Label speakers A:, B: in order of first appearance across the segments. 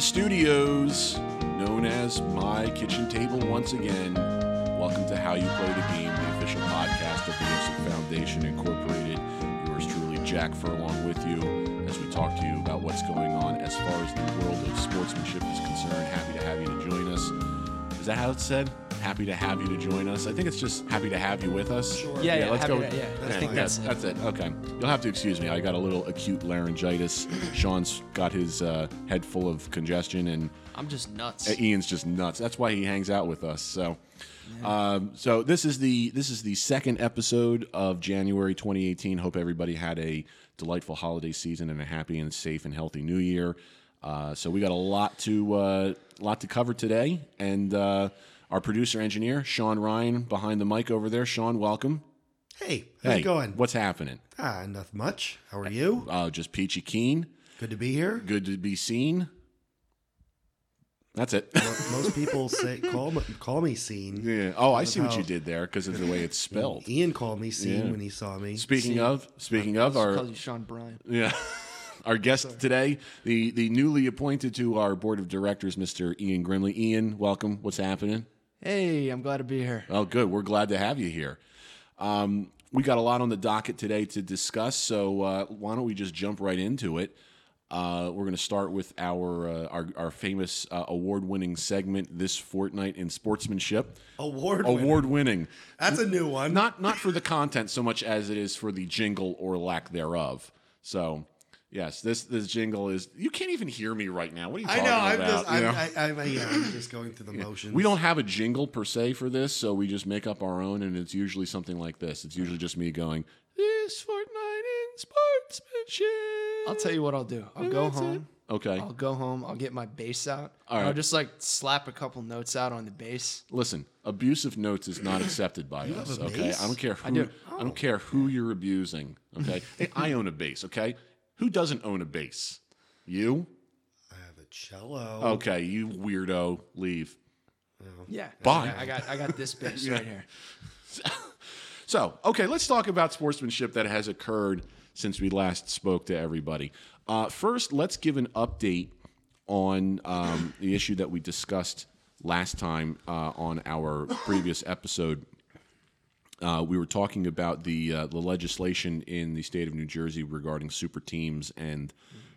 A: studios known as My Kitchen Table once again. Welcome to How You Play the Game, the official podcast of the Joseph Foundation Incorporated. Yours truly, Jack Furlong, with you as we talk to you about what's going on as far as the world of sportsmanship is concerned. Happy to have you to join us. Is that how it's said? Happy to have you to join us. I think it's just happy to have you with us.
B: Sure.
C: Yeah, yeah,
A: let's
C: happy
A: go.
C: to-
A: with-
C: yeah, I think
A: that's,
C: that's it.
A: that's it. Okay, you'll have to excuse me. I got a little acute laryngitis. Sean's got his uh, head full of congestion, and
C: I'm just nuts.
A: uh, Ian's just nuts. That's why he hangs out with us. So, um, so this is the this is the second episode of January 2018. Hope everybody had a delightful holiday season and a happy and safe and healthy New Year. Uh, so we got a lot to uh, lot to cover today, and uh, our producer engineer Sean Ryan behind the mic over there. Sean, welcome.
B: Hey, how's it going?
A: What's happening?
B: Ah, nothing much. How are you?
A: Uh, just peachy keen.
B: Good to be here.
A: Good to be seen. That's it.
B: Mo- Most people say call me, call me scene.
A: Yeah. Oh, I see what you did there because of the way it's spelled.
B: Ian called me scene
A: Yeah.
B: when he saw me.
A: Speaking of, speaking of
C: Just
A: our
C: calls you Sean Bryan.
A: yeah, our guest today, the the newly appointed to our board of directors, Mr. Ian Grimley. Ian, welcome. What's happening?
C: Hey, I'm glad to be here.
A: Oh, good. We're glad to have you here. Um, we got a lot on the docket today to discuss, so uh, why don't we just jump right into it? Uh, we're going to start with our uh, our, our famous uh, award winning segment this fortnight in sportsmanship.
B: Award winner.
A: Award winning.
B: That's a new one.
A: not not for the content so much as it is for the jingle or lack thereof. So yes, this this jingle is you can't even hear me right now. What are you
B: I
A: talking
B: know. I'm
A: about?
B: just
A: You
B: I'm,
A: know?
B: I, I'm, I, yeah, I'm just going through the motions.
A: we don't have a jingle per se for this, so we just make up our own, and it's usually something like this. It's usually just me going this Fortnite in sportsmanship.
C: I'll tell you what I'll do. I'll go
A: That's it.
C: home.
A: Okay,
C: I'll go home. I'll get my bass out.
A: All
C: and
A: right.
C: I'll just like slap a couple notes out on the bass.
A: listen. Abusive notes is not accepted by us.
B: have a
A: Okay,
B: bass?
A: I don't care who I,
C: do.
A: don't care who you're abusing. Okay, Hey, I own a bass. Okay, who doesn't own a bass? You?
B: I have a cello.
A: Okay, you weirdo, leave.
C: Yeah.
A: Oh. Bye.
C: I got I got this bass right here.
A: So, okay, let's talk about sportsmanship that has occurred since we last spoke to everybody. Uh, first, let's give an update on um, the issue that we discussed last time uh, on our previous episode. Uh, we were talking about the uh, the legislation in the state of New Jersey regarding super teams and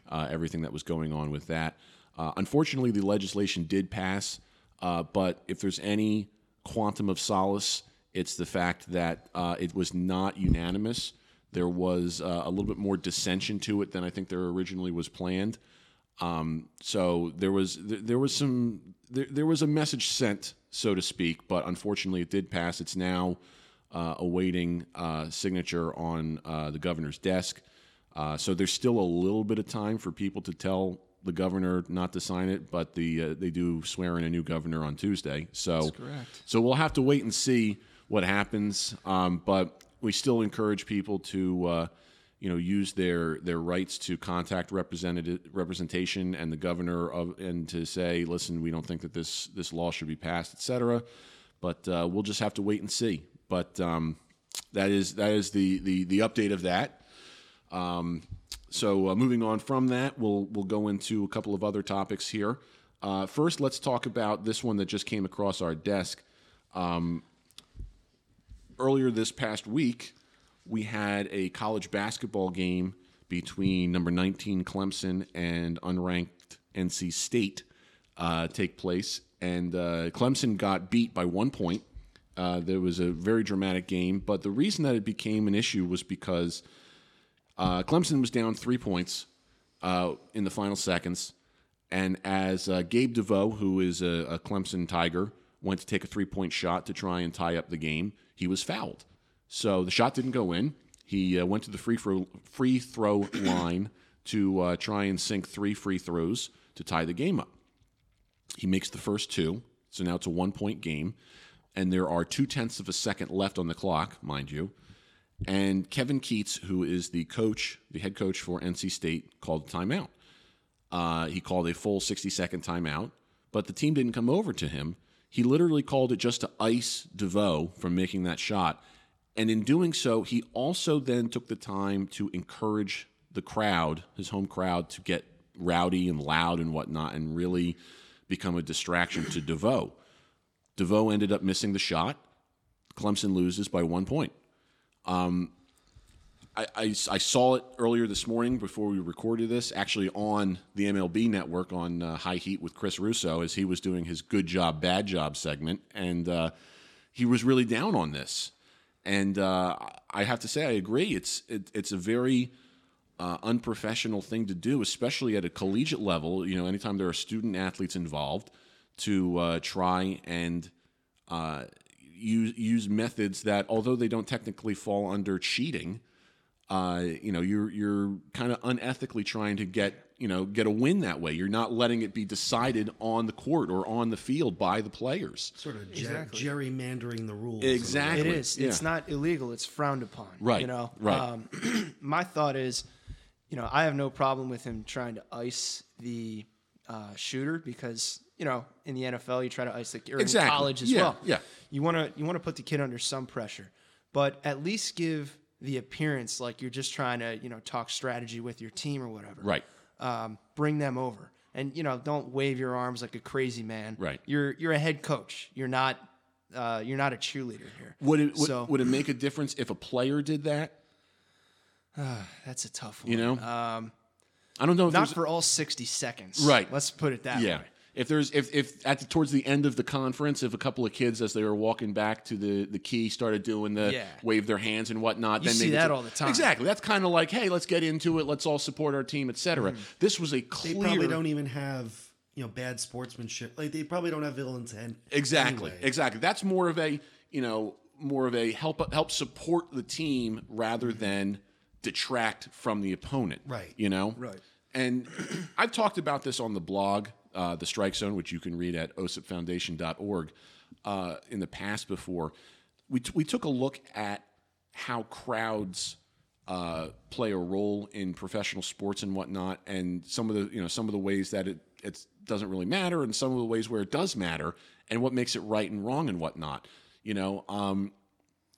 A: uh, everything that was going on with that. Uh, unfortunately, the legislation did pass, uh, but if there's any quantum of solace, it's the fact that uh, it was not unanimous. There was uh, a little bit more dissension to it than I think there originally was planned. Um, so there was there, there was some there, there was a message sent, so to speak, but unfortunately it did pass. It's now uh, awaiting uh, signature on uh, the governor's desk. Uh, so there's still a little bit of time for people to tell the governor not to sign it, but the uh, they do swear in a new governor on Tuesday. So
C: correct.
A: so we'll have to wait and see what happens. Um, but we still encourage people to, uh, you know, use their their rights to contact representative representation and the governor of and to say, listen, we don't think that this this law should be passed, etc. But uh, we'll just have to wait and see. But um, that is that is the the the update of that. Um, So uh, moving on from that, we'll we'll go into a couple of other topics here. Uh, first, let's talk about this one that just came across our desk. Um, earlier this past week, we had a college basketball game between number 19 Clemson and unranked NC State uh, take place, and uh, Clemson got beat by one point. Uh, there was a very dramatic game, but the reason that it became an issue was because uh, Clemson was down three points uh, in the final seconds. And as uh, Gabe DeVoe, who is a, a Clemson Tiger, went to take a three point shot to try and tie up the game, he was fouled. So the shot didn't go in. He uh, went to the free throw, free throw line to uh, try and sink three free throws to tie the game up. He makes the first two, so now it's a one point game. And there are two tenths of a second left on the clock, mind you. And Kevin Keats, who is the coach, the head coach for NC State, called timeout. Uh, he called a full 60 second timeout, but the team didn't come over to him. He literally called it just to ice DeVoe from making that shot. And in doing so, he also then took the time to encourage the crowd, his home crowd, to get rowdy and loud and whatnot, and really become a distraction to DeVoe. DeVoe ended up missing the shot. Clemson loses by one point. Um, I, I, I saw it earlier this morning before we recorded this, actually on the MLB network on uh, High Heat with Chris Russo as he was doing his good job, bad job segment. And uh, he was really down on this. And uh, I have to say, I agree. It's, it, it's a very uh, unprofessional thing to do, especially at a collegiate level. You know, anytime there are student athletes involved, to uh, try and uh, use use methods that, although they don't technically fall under cheating, uh, you know, you're you're kind of unethically trying to get you know get a win that way. You're not letting it be decided on the court or on the field by the players.
B: Sort of ger- gerrymandering the rules.
A: Exactly.
C: It is. It's
A: Yeah.
C: not illegal. It's frowned upon.
A: Right,
C: You know.
A: right.
C: Um, my thought is, you know, I have no problem with him trying to ice the uh, shooter because you know in the NFL you try to ice the or
A: Exactly.
C: in college as
A: Yeah,
C: well.
A: yeah.
C: You want to you want to put the kid under some pressure, but at least give the appearance like you're just trying to you know talk strategy with your team or whatever
A: Right.
C: um, bring them over. And you know, don't wave your arms like a crazy man.
A: Right.
C: You're you're a head coach. You're not uh, you're not a cheerleader here.
A: Would it would,
C: So-
A: would it make a difference if a player did that?
C: That's a tough one.
A: You know, um, I don't know. If
C: not
A: there's-
C: for all sixty seconds.
A: Right.
C: Let's put it that
A: Yeah.
C: way.
A: If there's if if at the, towards the end of the conference, if a couple of kids as they were walking back to the the key started doing the
C: Yeah.
A: wave their hands and whatnot,
C: You
A: then
C: see
A: maybe
C: that
A: it's-
C: all the time.
A: Exactly. That's kind of like, hey, let's get into it. Let's all support our team, etc.
C: Mm-hmm.
A: This was a
B: They
A: clear.
B: probably don't even have you know bad sportsmanship. Like they probably don't have ill intent.
A: Exactly.
B: anyway.
A: Exactly. That's more of a you know more of a help help support the team rather than detract from the opponent.
B: Mm-hmm. Right.
A: You know.
C: Right.
A: And I've talked about this on the blog, uh, the Strike Zone, which you can read at osipfoundation.org. Uh, in the past, before we t- we took a look at how crowds uh, play a role in professional sports and whatnot, and some of the you know some of the ways that it it doesn't really matter, and some of the ways where it does matter, and what makes it right and wrong and whatnot. You know, um,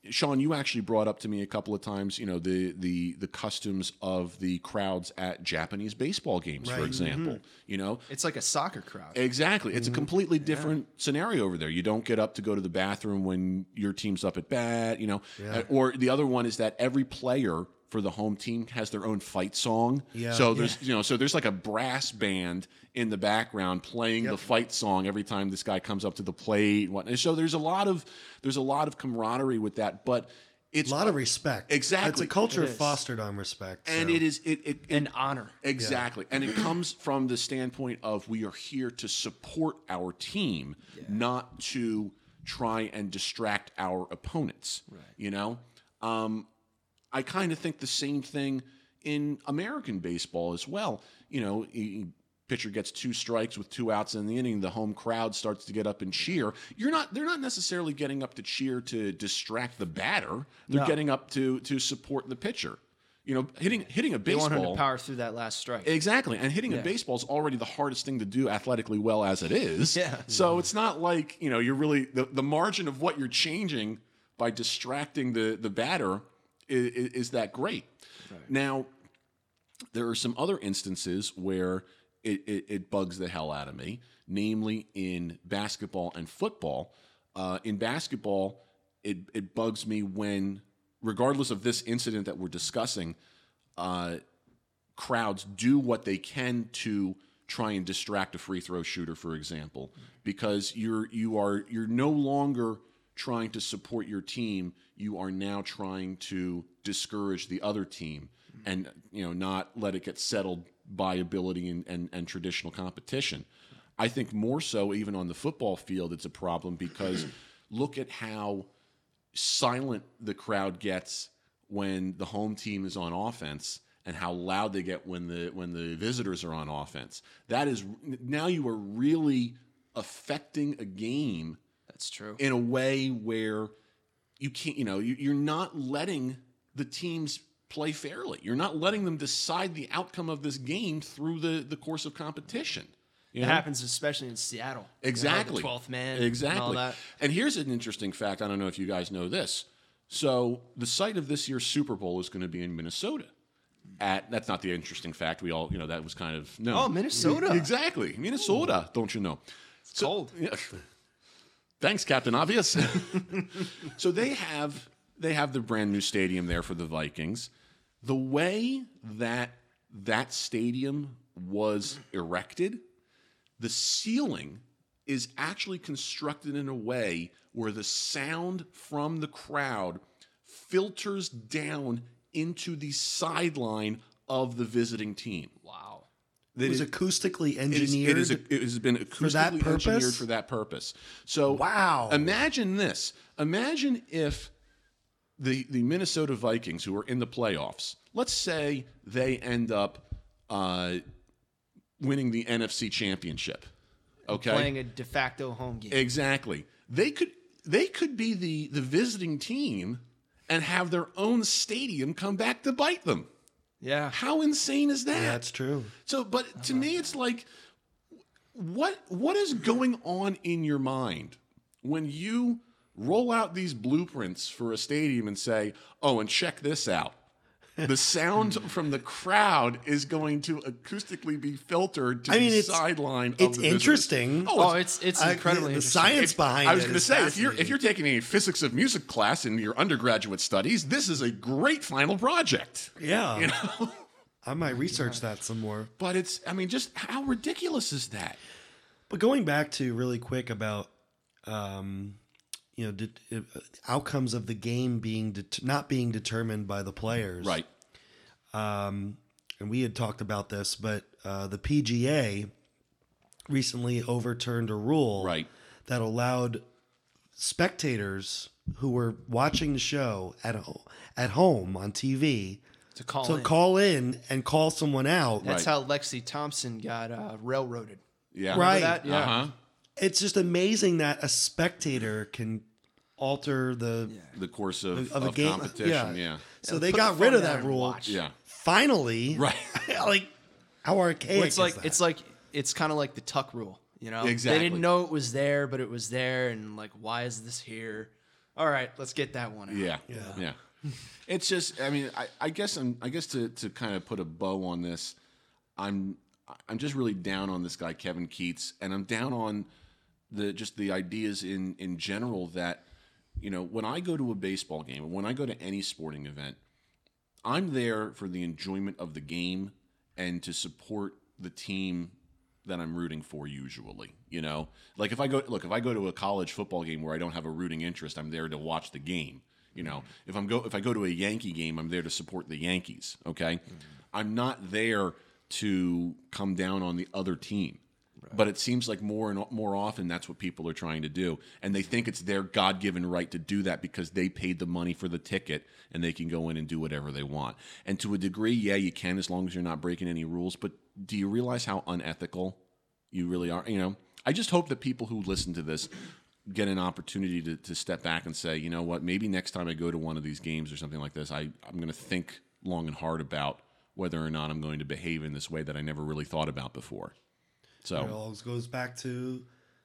A: Sean, you actually brought up to me a couple of times, you know, the the the customs of the crowds at Japanese baseball games, for
B: Right.
A: example. You know,
C: It's like a soccer crowd.
A: Exactly.
B: Mm-hmm.
A: It's a completely different scenario over there. You don't get up to go to the bathroom when your team's up at bat, you know. Uh, Or the other one is that every player for the home team has their own fight song.
B: Yeah.
A: So there's you know, so there's like a brass band in the background playing the fight song every time this guy comes up to the plate and whatnot. So there's a lot of there's a lot of camaraderie with that, but it's
B: A lot of respect.
A: Exactly.
B: It's a culture
C: It is.
B: fostered on respect.
A: and
B: so.
A: it is it, it, it
C: An honor.
A: Exactly. And it comes from the standpoint of we are here to support our team, not to try and distract our opponents. Right. You know? Um, I kind of think the same thing in American baseball as well. You know, y- y- pitcher gets two strikes with two outs in the inning, the home crowd starts to get up and cheer. You're not they're not necessarily getting up to cheer to distract the batter. They're
C: No.
A: getting up to to support the pitcher. You know, hitting hitting a
C: They
A: baseball
C: want him to power through that last strike.
A: Exactly. And hitting a
C: Yeah.
A: baseball is already the hardest thing to do athletically well as it is.
C: Yeah.
A: So it's not like, you know, you're really the, the margin of what you're changing by distracting the the batter is, is that great. Now, there are some other instances where it, it, it bugs the hell out of me, namely in basketball and football. Uh, in basketball, it, it bugs me when, regardless of this incident that we're discussing, uh, crowds do what they can to try and distract a free throw shooter for example because you're you are you're no longer trying to support your team you are now trying to discourage the other team and you know not let it get settled by ability and, and, and traditional competition i think more so even on the football field it's a problem because look at how silent the crowd gets when the home team is on offense and how loud they get when the when the visitors are on offense that is now you are really affecting a game
C: That's true.
A: in a way where you can't you know you, you're not letting the teams play fairly you're not letting them decide the outcome of this game through the the course of competition you
C: It
A: know?
C: happens especially in Seattle. You know, the
A: Exactly.
C: Twelfth man.
A: Exactly.
C: And all that.
A: And here's an interesting fact. I don't know if you guys know this. So the site of this year's Super Bowl is going to be in Minnesota. at that's not the interesting fact. We all, you know, that was kind of no.
C: Oh, Minnesota.
A: Exactly. Minnesota, don't you know? It's
C: cold.
A: Thanks, Captain Obvious. so they have they have the brand new stadium there for the Vikings. The way that that stadium was erected, the ceiling is actually constructed in a way where the sound from the crowd filters down into the sideline of the visiting team.
C: Wow.
B: It was acoustically
A: It is- it
B: engineered.
A: is it has been
B: that
A: acoustically
B: purpose?
A: engineered for that purpose. So
B: Wow.
A: Imagine this. Imagine if the the Minnesota Vikings, who are in the playoffs, let's say they end up uh, winning the NFC Championship. Okay,
C: Playing a de facto home game.
A: Exactly. They could they could be the the visiting team and have their own stadium come back to bite them.
C: yeah.
A: How insane is that?
B: That's Uh-huh. true.
A: So, but to me, it's like, what what is going on in your mind when you roll out these blueprints for a stadium and say, "Oh, and check this out." the sound from the crowd is going to acoustically be filtered to
B: I mean,
A: the
B: it's-
A: sideline. of
B: It's
A: the visitors.
B: interesting.
A: Oh,
C: Oh,
A: it's,
C: it's it's
B: I-
C: incredibly
B: the, the
C: interesting.
B: science behind
A: I was
B: it
A: going to
B: is
A: say if you're if
B: fascinating.
A: you're taking a physics of music class in your undergraduate studies, this is a great final project.
B: yeah,
A: You know.
B: I might research that some more.
A: But it's, I mean, just how ridiculous is that?
B: But going back to really quick about, um, you know, det- uh, outcomes of the game being det- not being determined by the players,
A: Right.
B: And we had talked about this, but uh, the PGA recently overturned a rule,
A: Right.
B: that allowed spectators who were watching the show at ho- at home on TV
C: to call
B: to
C: in.
B: call in and call someone out.
C: That's
A: Right.
C: how Lexi Thompson got uh, railroaded.
A: Yeah.
B: Right.
C: Remember that? uh, Yeah.
A: Uh-huh.
B: It's just amazing that a spectator can alter the
A: The course of,
B: of
A: of,
B: a game.
A: competition. Yeah.
B: So they
C: put
B: got
C: the
B: rid
C: phone
B: of
C: down
B: that
C: and
B: rule.
C: watch.
A: Yeah.
B: Finally,
A: Right.
B: like how archaic.
C: Well, it's like
B: is that?
C: it's like it's kind of like the tuck rule, you know. They
A: Exactly.
C: didn't know it was there, but it was there, and like, why is this here? All right, let's get that one. Out.
A: Yeah. Yeah. It's just I mean, I, I guess I'm I guess to, to kind of put a bow on this, I'm I'm just really down on this guy, Kevin Keats, and I'm down on the just the ideas in in general that, you know, when I go to a baseball game, when I go to any sporting event, I'm there for the enjoyment of the game and to support the team that I'm rooting for usually, you know? Like if I go look, if I go to a college football game where I don't have a rooting interest, I'm there to watch the game, you know. If I'm go if I go to a Yankee game, I'm there to support the Yankees, okay? I'm not there to come down on the other team. But it seems like more and more often that's what people are trying to do, and they think it's their God-given right to do that because they paid the money for the ticket and they can go in and do whatever they want. And to a degree, yeah, you can as long as you're not breaking any rules. But do you realize how unethical you really are? You know, I just hope that people who listen to this get an opportunity to, to step back and say, you know what, maybe next time I go to one of these games or something like this, I, I'm going to think long and hard about whether or not I'm going to behave in this way that I never really thought about before. So.
B: it all goes back to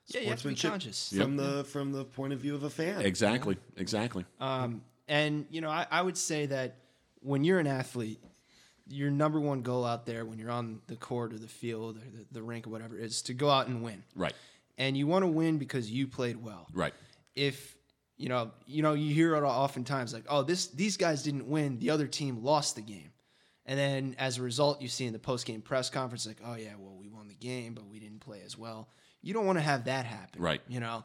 C: Yeah, you have to be
B: sportsmanship
C: conscious.
B: from the from the point of view of a fan.
A: Exactly. Exactly.
C: Um, and you know, I, I would say that when you're an athlete, your number one goal out there, when you're on the court or the field or the, the rink or whatever, is to go out and win.
A: right.
C: And you want to win because you played well.
A: Right.
C: if you know you know you hear it oftentimes like oh this these guys didn't win the other team lost the game and then as a result you see in the post-game press conference like oh yeah well we won the game but we didn't play as well you don't want to have that happen
A: Right.
C: you know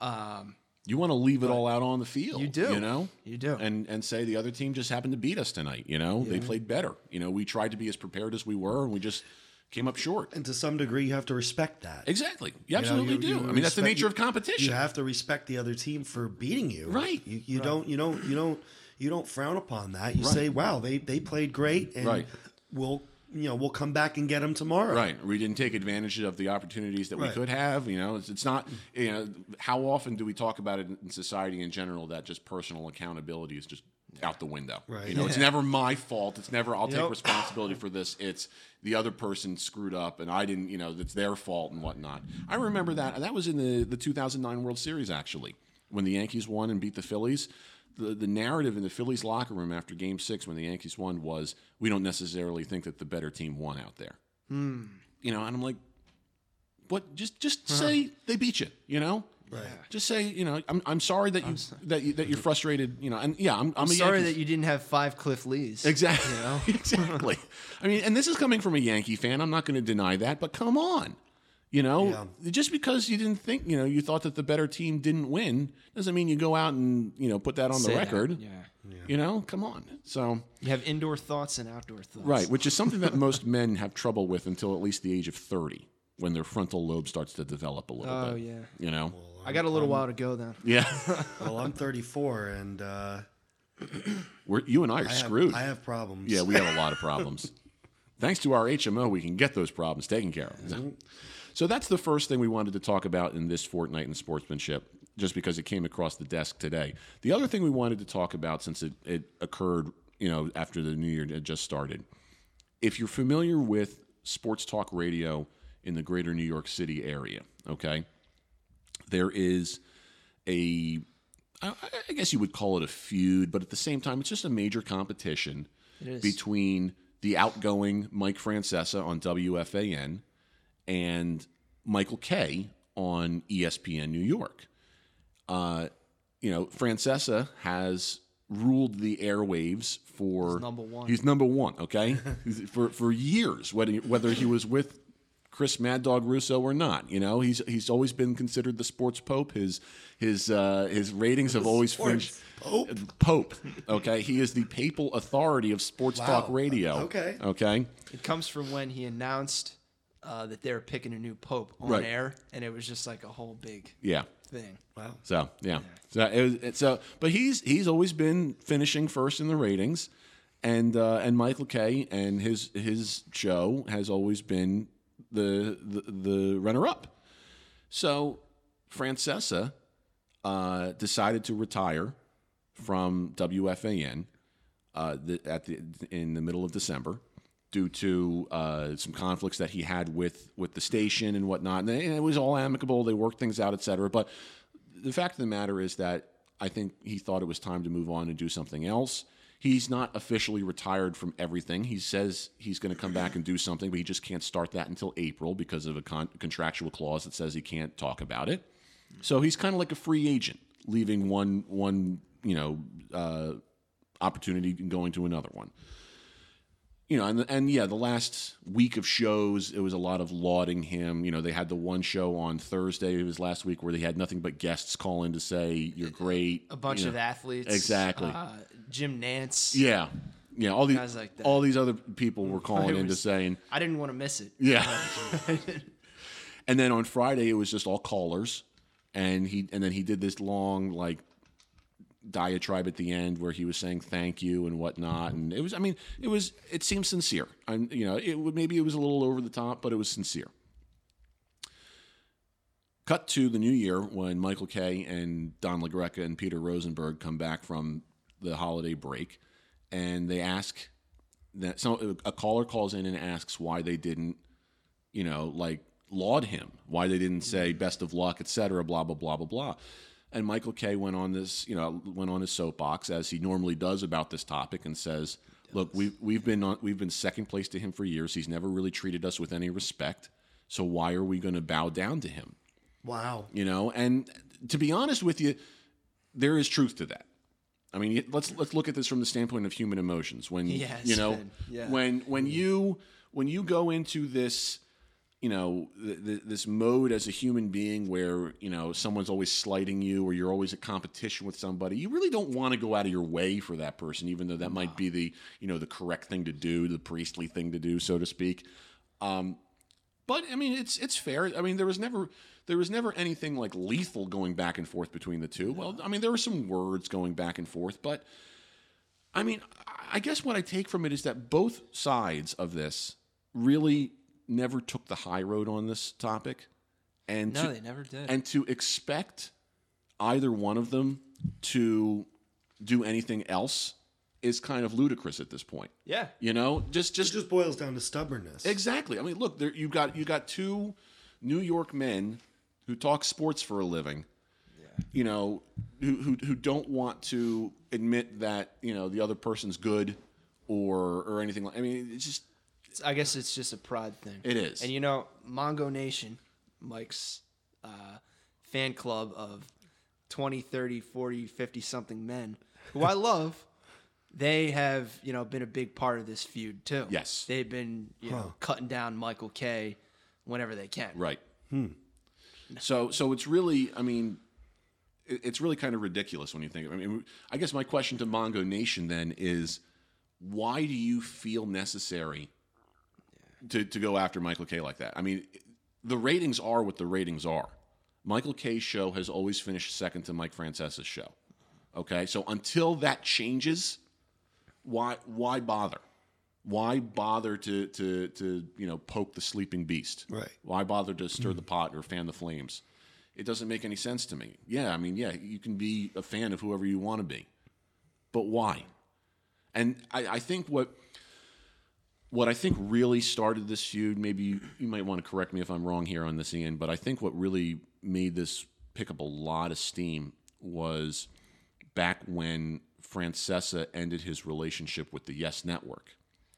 C: um
A: You want to leave it all out on the field.
C: You do.
A: You know?
C: You do.
A: And and say the other team just happened to beat us tonight, you know? They played better. You know, we tried to be as prepared as we were and we just came up short.
B: And to some degree, you have to respect that.
A: Exactly. You
B: know,
A: absolutely
B: you-
A: do.
B: you
A: I mean, that's the
B: respect-
A: nature of competition.
B: You have to respect the other team for beating you.
A: Right.
B: You, you don't you don't you don't you don't frown upon that. You say, "Wow, they they played great," and
A: Right.
B: we'll you know we'll come back and get them tomorrow.
A: Right. We didn't take advantage of the opportunities that we
B: Right.
A: could have. You know, it's, it's not, you know, how often do we talk about it in society in general that just personal accountability is just out the window?
B: Right.
A: You know, it's never my fault. It's never, I'll take
C: Yep.
A: responsibility for this. It's the other person screwed up and I didn't, you know, it's their fault and whatnot. I remember that. That was in the, the 2009 World Series, actually, when the Yankees won and beat the Phillies. the, the narrative in the Phillies locker room after game six when the Yankees won was we don't necessarily think that the better team won out there. You know, and I'm like, what? Just just
C: Uh-huh.
A: say they beat you. You know, right? Just say you know I'm, I'm sorry that you that you, that you're frustrated. You know, and yeah, I'm, I'm, a
C: Sorry
A: Yankees-
C: that you didn't have five Cliff Lees.
A: Exactly. exactly. I mean, and this is coming from a Yankee fan. I'm not going to deny that, but come on. You know, just because you didn't think, you know, you thought that the better team didn't win doesn't mean you go out and, you know, put that on the
C: Say that,
A: record.
C: yeah.
A: You know, come on. So,
C: You have indoor thoughts and outdoor thoughts.
A: right, which is something that most men have trouble with until at least the age of 30 when their frontal lobe starts to develop a little
C: Oh,
A: bit.
C: yeah.
A: You know?
C: I got a
A: um,
C: little while to go then.
A: Yeah.
B: Well, I'm 34 and uh,
A: We're, you and I are
B: I, have,
A: screwed.
B: I have problems.
A: Yeah, we have a lot of problems. Thanks to our HMO, we can get those problems taken care of. So that's the first thing we wanted to talk about in this fortnight in sportsmanship, just because it came across the desk today. The other thing we wanted to talk about, since it, it occurred, you know, after the new year had just started, if you're familiar with sports talk radio in the greater New York City area, okay, there is a I, I guess you would call it a feud, but at the same time, it's just a major competition between the outgoing Mike Francesa on WFAN and Michael Kay on E ESPN New York. Uh, you know, Francesa has ruled the airwaves for
C: number one.
A: He's number one, okay, He's- for for years, whether whether he was with Chris Mad Dog Russo or not. You know, he's he's always been considered the sports pope. His his uh, his ratings have always fringed. Pope. Pope. Okay, he is the papal authority of sports talk radio.
B: Okay.
A: Okay.
C: It comes from when he announced uh, that they were picking a new pope on
A: Right.
C: air, and it was just like a whole big
A: Yeah.
C: thing.
B: Wow.
A: So yeah. So it was, it, so but he's he's always been finishing first in the ratings, and uh, and Michael Kay and his his show has always been the the, the runner up. So Francesa uh, decided to retire from WFAN uh, the, at the in the middle of December due to uh, some conflicts that he had with with the station and whatnot. And, and it was all amicable. They worked things out, et cetera. But the fact of the matter is that I think he thought it was time to move on and do something else. He's not officially retired from everything. He says he's going to come back and do something, but he just can't start that until April because of a con- contractual clause that says he can't talk about it. So he's kind of like a free agent, leaving one one you know uh, opportunity and going to another one. You know, and and yeah, the last week of shows, it was a lot of lauding him. You know, they had the one show on Thursday. It was last week where they had nothing but guests call in to say you're great.
C: A bunch of athletes,
A: Exactly.
C: Uh, Jim Nance.
A: Yeah, yeah. All
C: Guys
A: these
C: like that.
A: all these other people were calling
C: It
A: in to
C: was-
A: saying
C: I didn't want to miss it.
A: yeah. and then on Friday it was just all callers, and he and then he did this long like diatribe at the end where he was saying thank you and whatnot, and it was I mean it was it seemed sincere. I'm you know it would- maybe it was a little over the top, but it was sincere. Cut to the new year when Michael Kay and Don LaGreca and Peter Rosenberg come back from the holiday break, and they ask that so a caller calls in and asks why they didn't you know, like laud him, why they didn't say best of luck, et cetera, blah, blah, blah, blah, blah. And Michael Kay went on this, you know, went on his soapbox as he normally does about this topic and says, look, we've, we've been on, we've been second place to him for years. He's never really treated us with any respect. So why are we going to bow down to him?
B: Wow.
A: you know and to be honest with you there is truth to that i mean y- let's let's look at this from the standpoint of human emotions when
C: Yes,
A: you know
C: Ben. Yeah. Mm-hmm.
A: when when you when you go into this you know th- th- this mode as a human being where you know someone's always slighting you or you're always at competition with somebody you really don't want to go out of your way for that person even though that might be the you know the correct thing to do the priestly thing to do so to speak but I mean, it's it's fair. I mean, there was never there was never anything like lethal going back and forth between the two. Well, I mean, there were some words going back and forth, but I mean, I- I guess what I take from it is that both sides of this really never took the high road on this topic, and
C: No,
A: to,
C: they never did.
A: and to expect either one of them to do anything else is kind of ludicrous at this point.
C: yeah.
A: You know,
B: It just boils down to stubbornness.
A: Exactly. I mean, look, there, you've got you got two New York men who talk sports for a living you know, who, who who don't want to admit that you know the other person's good or or anything like. I mean, it's just
C: It's- I guess it's just a pride thing.
A: It is.
C: And you know, Mongo Nation, Mike's uh, fan club of 20, 30, 40, 50 something men who I love, they have, you know, been a big part of this feud too.
A: Yes.
C: They've been, you know, cutting down Michael K whenever they can.
A: right. So so it's really I mean, it, it's really kind of ridiculous when you think. of it. I mean, I guess my question to Mongo Nation then is, why do you feel necessary to to go after Michael K like that? I mean, the ratings are what the ratings are. Michael K's show has always finished second to Mike Francesa's show. Okay, so until that changes, why why bother? Why bother to to to you know poke the sleeping beast?
B: Right.
A: Why bother to stir the pot or fan the flames? It doesn't make any sense to me. Yeah, I mean, yeah, you can be a fan of whoever you want to be, but why? And I, I think what what I think really started this feud, maybe you, you might want to correct me if I'm wrong here on this, Ian, but I think what really made this pick up a lot of steam was back when Francesa ended his relationship with the Yes Network.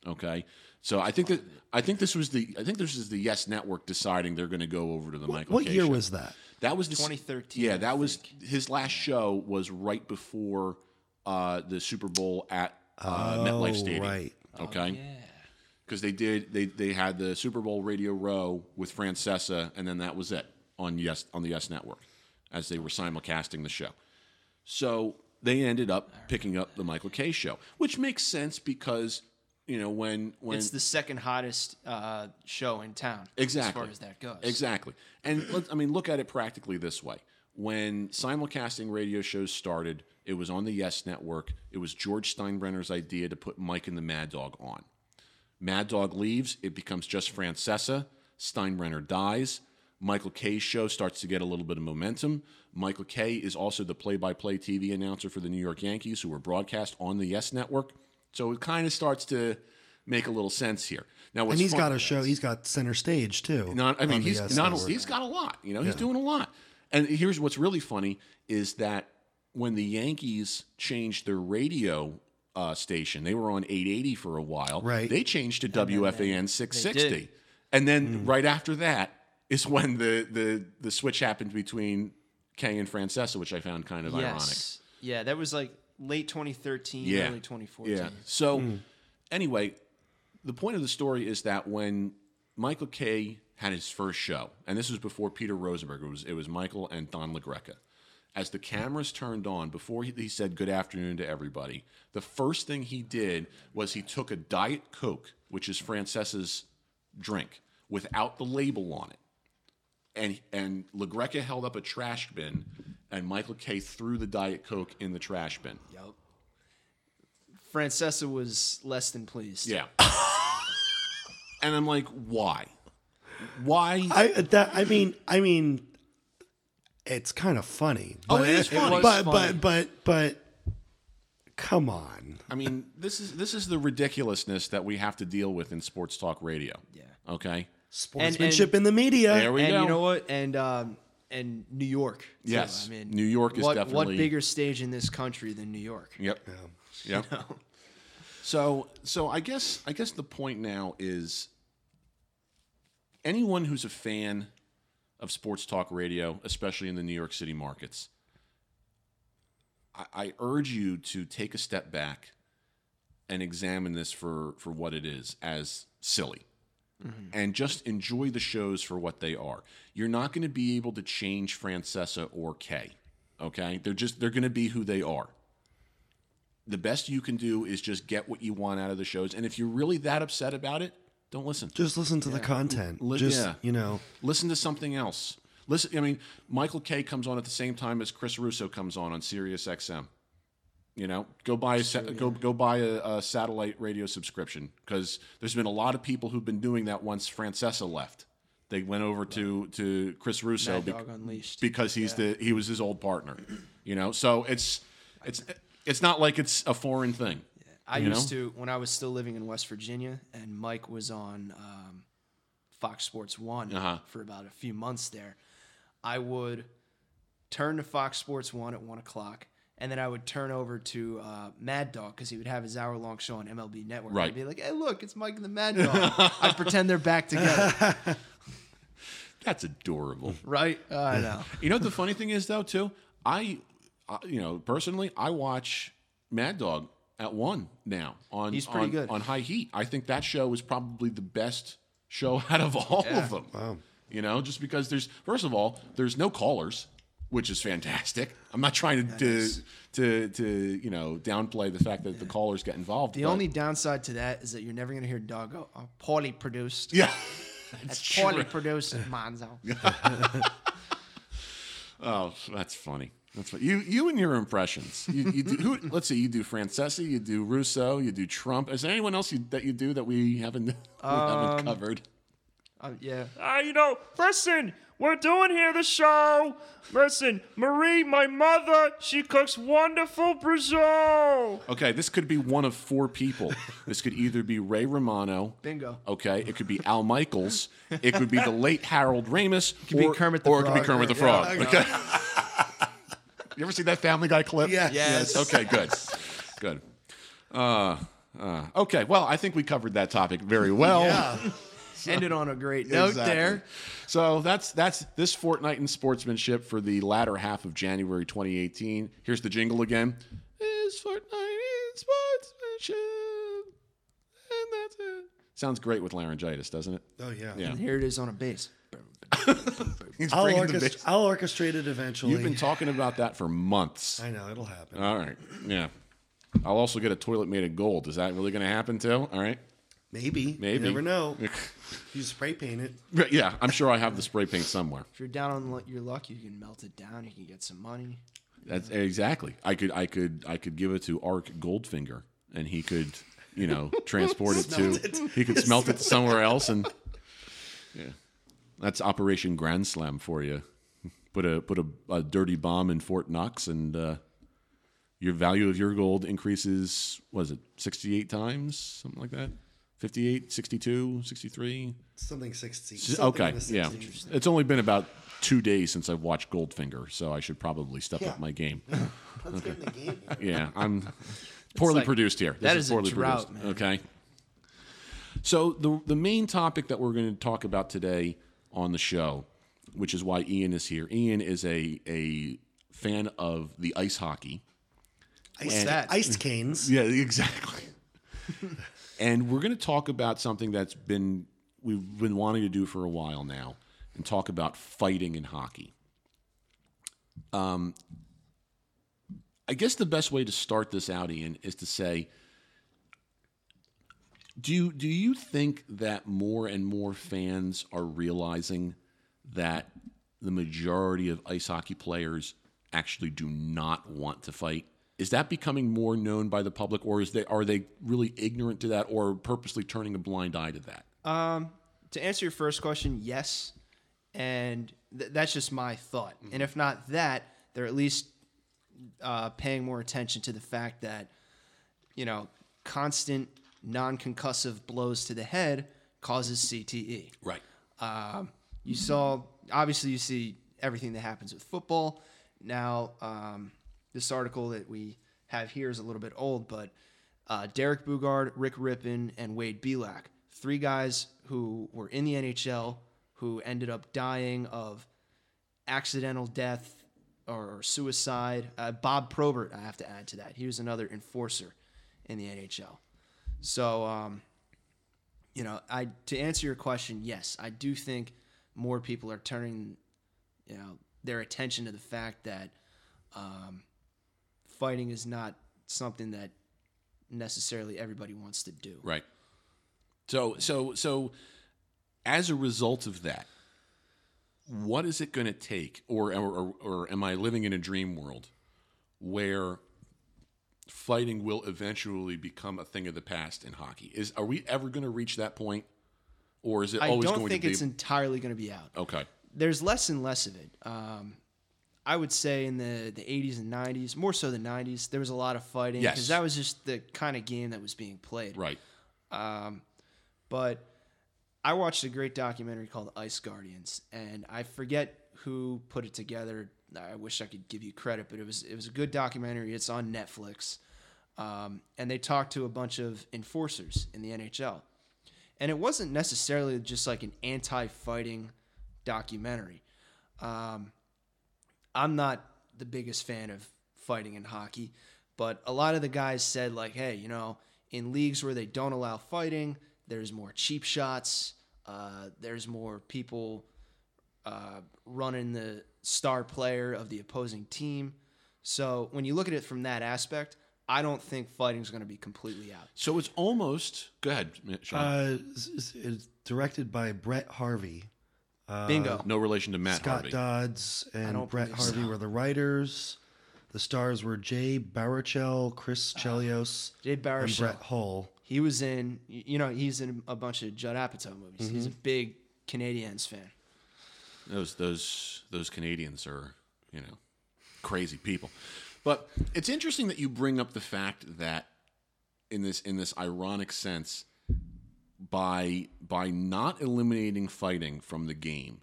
A: Okay, so I think that I think this was the I think this is the Yes Network deciding they're going to go over to the Michael.
B: What
A: K
B: year
A: show.
B: was that?
A: That was the,
C: 2013,
A: Yeah,
C: I
A: that was his last show was right before uh, the Super Bowl at uh, MetLife Stadium.
B: Oh, right.
A: Okay. Because they did they they had the Super Bowl Radio Row with Francesa, and then that was it on Yes on the Yes Network as they were simulcasting the show. So they ended up picking up the Michael K show, which makes sense because you know when when
C: It's the second hottest uh, show in town.
A: Exactly.
C: As far as that goes.
A: Exactly. And let's, I mean, look at it practically this way. When simulcasting radio shows started, it was on the Yes Network. It was George Steinbrenner's idea to put Mike and the Mad Dog on. Mad Dog leaves, it becomes just Francesa. Steinbrenner dies. Michael K's show starts to get a little bit of momentum. Michael K is also the play by play TV announcer for the New York Yankees, who were broadcast on the Yes Network. So it kind of starts to make a little sense here. Now, what's
B: And he's
A: fun-
B: got a show. He's got center stage too.
A: not, I
B: on
A: mean,
B: the
A: he's
B: Yes
A: not,
B: Network.
A: he's got a lot. You know, he's doing a lot. And here's what's really funny is that when the Yankees changed their radio uh, station, they were on 880 for a while.
B: Right.
A: They changed to WFAN
C: they
A: 660.
C: did.
A: And
B: Mm.
A: then right after that is when the, the, the switch happened between Kay and Francesa, which I found kind of ironic.
C: Yes. Yeah, that was like late 2013,
A: Yeah.
C: early 2014.
A: Yeah. So, anyway, the point of the story is that when Michael Kay had his first show, and this was before Peter Rosenberg, it was, it was Michael and Don LaGreca. As the cameras turned on, before he, he said good afternoon to everybody, the first thing he did was he took a Diet Coke, which is Francesa's drink, without the label on it and and LaGreca held up a trash bin, and Michael K threw the Diet Coke in the trash bin.
C: Yep. Francesa was less than pleased.
A: Yeah. and I'm like, why? Why?
B: I that I mean I mean it's kind of funny.
A: Oh,
B: but-
A: it is funny.
B: But
C: funny.
B: but but but come on.
A: I mean, this is this is the ridiculousness that we have to deal with in sports talk radio.
C: Yeah.
A: Okay.
B: Sportsmanship in the media.
A: There we
C: and
A: go.
C: you know what? And um, and New York. too.
A: Yes.
C: I mean,
A: New York is
C: what,
A: definitely-
C: what bigger stage in this country than New York?
A: Yep. Yep. So so I guess I guess the point now is anyone who's a fan of sports talk radio, especially in the New York City markets, I, I urge you to take a step back and examine this for for what it is as silly. And just enjoy the shows for what they are. You're not going to be able to change Francesa or Kay. Okay? They're just they're going to be who they are the best you can do is just get what you want out of the shows. And if you're really that upset about it, don't listen.
B: Just listen to the content.
A: Li-
B: Just
A: yeah.
B: you know.
A: Listen to something else. Listen, I mean, Michael K comes on at the same time as Chris Russo comes on on Sirius XM. You know, go buy a sa- go go buy a, a satellite radio subscription because there's been a lot of people who've been doing that. Once Francesa left, they went over to to Chris Russo
C: Mad
A: bec-
C: Dog Unleashed.
A: because he's the he was his old partner. You know, so it's it's it's not like it's a foreign thing.
C: I
A: You
C: used to when I was still living in West Virginia, and Mike was on um, Fox Sports One
A: Uh-huh.
C: for about a few months there. I would turn to Fox Sports One at one o'clock, and then I would turn over to uh, Mad Dog because he would have his hour long show on MLB Network.
A: Right.
C: I'd be like, "Hey, look, it's Mike and the Mad Dog." I'd pretend they're back together,
A: That's adorable.
C: right? Uh, I know.
A: You know what the funny thing is though too. I, I you know personally I watch Mad Dog at one now on
C: He's pretty
A: on,
C: good.
A: on High Heat. I think that show is probably the best show out of all
C: Yeah.
A: of them. Wow. You know, just because there's first of all there's no callers, which is fantastic. I'm not trying to to, to to you know downplay the fact that the callers get involved.
C: The
A: but-
C: only downside to that is that you're never gonna hear Dog go, "Oh, poorly produced."
A: yeah.
C: That's
A: It's true.
C: poorly produced, Monzo.
A: Oh, that's funny. That's funny. you. You and your impressions. You, you do. Who, let's see. You do Francesi. You do Russo. You do Trump. Is there anyone else you, that you do that we haven't we
C: Um,
A: haven't covered?
C: Uh, yeah.
D: Uh, you know, listen, we're doing here the show. Listen, Marie, my mother, she cooks wonderful brazil.
A: Okay, this could be one of four people. This could either be Ray Romano.
C: Bingo.
A: Okay, it could be Al Michaels. It could be the late Harold Ramis. It
C: could be Kermit the
A: or it could be
C: Frog.
A: Kermit the
C: Yeah,
A: Frog. okay. you ever see that Family Guy clip?
B: Yes.
C: Yes.
A: Okay. Good. Good. Uh, uh, okay. Well, I think we covered that topic very well.
C: Ended on a great note
A: Exactly.
C: there.
A: So that's that's this fortnight in sportsmanship for the latter half of January 2018. Here's the jingle again. This fortnight in sportsmanship, and that's it. Sounds great with laryngitis, doesn't it?
B: Oh yeah.
A: Yeah.
C: And here it is on a bass.
A: He's
B: I'll,
A: bringing the
B: orchest-
A: bass.
B: I'll orchestrate it eventually.
A: You've been Uh, talking about that for months.
B: I know it'll happen.
A: All right. Yeah. I'll also get a toilet made of gold. Is that really going to happen too? All right.
B: maybe.
A: Maybe.
B: You never know. you spray paint it.
A: But yeah, I'm sure I have the spray paint somewhere.
C: If you're down on lu- your luck, you can melt it down. You can get some money.
A: That's exactly. I could I could I could give it to Ark Goldfinger and he could, you know, transport it to he could smelt it somewhere else and Yeah. That's Operation Grand Slam for you. Put a put a, a dirty bomb in Fort Knox and uh your value of your gold increases was it 68 times something like that 58 62 63
B: Something sixty.
A: Th-
B: something
A: okay,
B: in the
A: yeah.
B: 60s.
A: It's only been about two days since I've watched Goldfinger, so I should probably step up my game.
B: Let's get in the game.
A: Yeah, I'm poorly
C: like-
A: produced here. This
C: that is a
A: poorly
C: drought, man.
A: Okay. So the the main topic that we're going to talk about today on the show, which is why Ian is here. Ian is a a fan of the ice hockey.
B: Ice,
C: that?
B: ice canes.
A: Yeah, exactly. and we're going to talk about something that's been we've been wanting to do for a while now, and talk about fighting in hockey. Um, I guess the best way to start this out, Ian, is to say, do you, do you think that more and more fans are realizing that the majority of ice hockey players actually do not want to fight? Is that becoming more known by the public, or is they are they really ignorant to that, or purposely turning a blind eye to that?
C: To answer your first question, yes. And th- that's just my thought. And if not that, they're at least uh, paying more attention to the fact that, you know, constant non concussive blows to the head causes E. CTE.
A: Right.
C: Um, you saw, obviously, you see everything that happens with football. Now, um, this article that we have here is a little bit old, but uh, Derek Bugard, Rick Rippon, and Wade Belak, three guys who were in the NHL who ended up dying of accidental death or suicide. Uh, Bob Probert, I have to add to that. He was another enforcer in the NHL. So, um, you know, I to answer your question, yes, I do think more people are turning, you know, their attention to the fact that um, fighting is not something that necessarily everybody wants to do.
A: Right. So so so as a result of that, what is it going to take or, or or am I living in a dream world where fighting will eventually become a thing of the past in hockey? Is are we ever going to reach that point or is it
C: I
A: always
C: don't
A: going
C: think
A: to be
C: it's entirely going to be out.
A: Okay.
C: There's less and less of it. Um, I would say in the, the 80s and 90s, more so the 90s, there was a lot of fighting because
A: Yes.
C: that was just the kind of game that was being played.
A: Right.
C: but I watched a great documentary called Ice Guardians, and I forget who put it together I wish I could give you credit, but it was it was a good documentary. It's on Netflix, um, and they talked to a bunch of enforcers in the NHL, and it wasn't necessarily just like an anti-fighting documentary. Um, I'm not the biggest fan of fighting in hockey, but a lot of the guys said like, hey, you know, in leagues where they don't allow fighting, there's more cheap shots, uh, there's more people uh, running the star player of the opposing team. So when you look at it from that aspect, I don't think fighting's going to be completely out.
A: So it's almost. Go ahead, Mi- Sean.
B: Uh, it's- it's, it's directed by Brett Harvey.
C: Bingo.
A: no relation to Matt
B: Scott
A: Harvey.
B: Dodds and
C: don't
B: Brett
C: believe
B: Harvey
C: so.
B: were the writers. The stars were Jay Baruchel, Chris Chelios,
C: Ah, Jay
B: and
C: Baruchel.
B: Brett Hull.
C: He was in, y- you know, he's in a bunch of Judd Apatow movies. He's a big Canadiens fan.
A: those those those Canadians are you know crazy people. But it's interesting that you bring up the fact that in this in this ironic sense by by not eliminating fighting from the game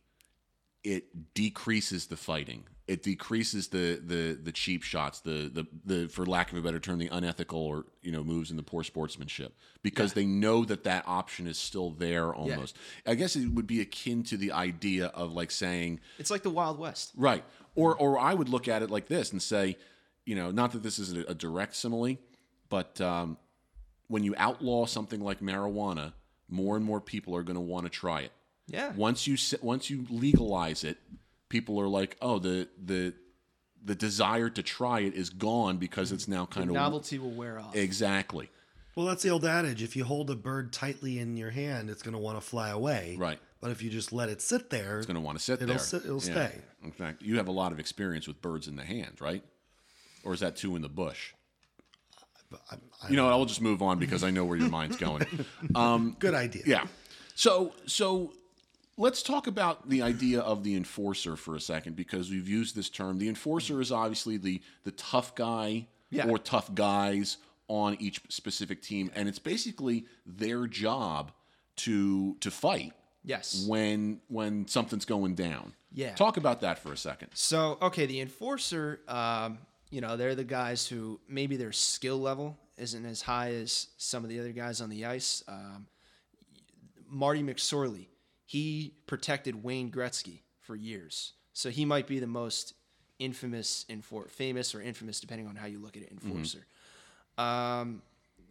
A: it decreases the fighting it decreases the the the cheap shots the the, the for lack of a better term the unethical or you know moves and the poor sportsmanship because they know that that option is still there almost i guess it would be akin to the idea of like saying
C: It's like the Wild West.
A: Right. Or or I would look at it like this and say, you know, not that this is a, a direct simile, but um, when you outlaw something like marijuana, more and more people are going to want to try it.
C: Yeah.
A: Once you se- once you legalize it, people are like, oh, the the the desire to try it is gone because it's now kind of
C: Novelty will wear off.
A: Exactly.
B: Well, that's the old adage. If you hold a bird tightly in your hand, it's going to want to fly away.
A: Right.
B: But if you just let it sit there,
A: It's going to want to sit
B: It'll
A: there.
B: sit- it'll stay.
A: In fact, you have a lot of experience with birds in the hand, right? Or is that two in the bush? you know, what, I'll just move on because I know where your mind's going.
B: good idea.
A: Yeah. So so let's talk about the idea of the enforcer for a second because we've used this term. The enforcer is obviously the the tough guy
C: Yeah.
A: or tough guys on each specific team and it's basically their job to to fight
C: yes.
A: when when something's going down.
C: Yeah.
A: Talk about that for a second.
C: So okay, the enforcer, um, you know, they're the guys who maybe their skill level isn't as high as some of the other guys on the ice. Um, Marty McSorley, he protected Wayne Gretzky for years, so he might be the most infamous enfor- famous or infamous depending on how you look at it enforcer. Um,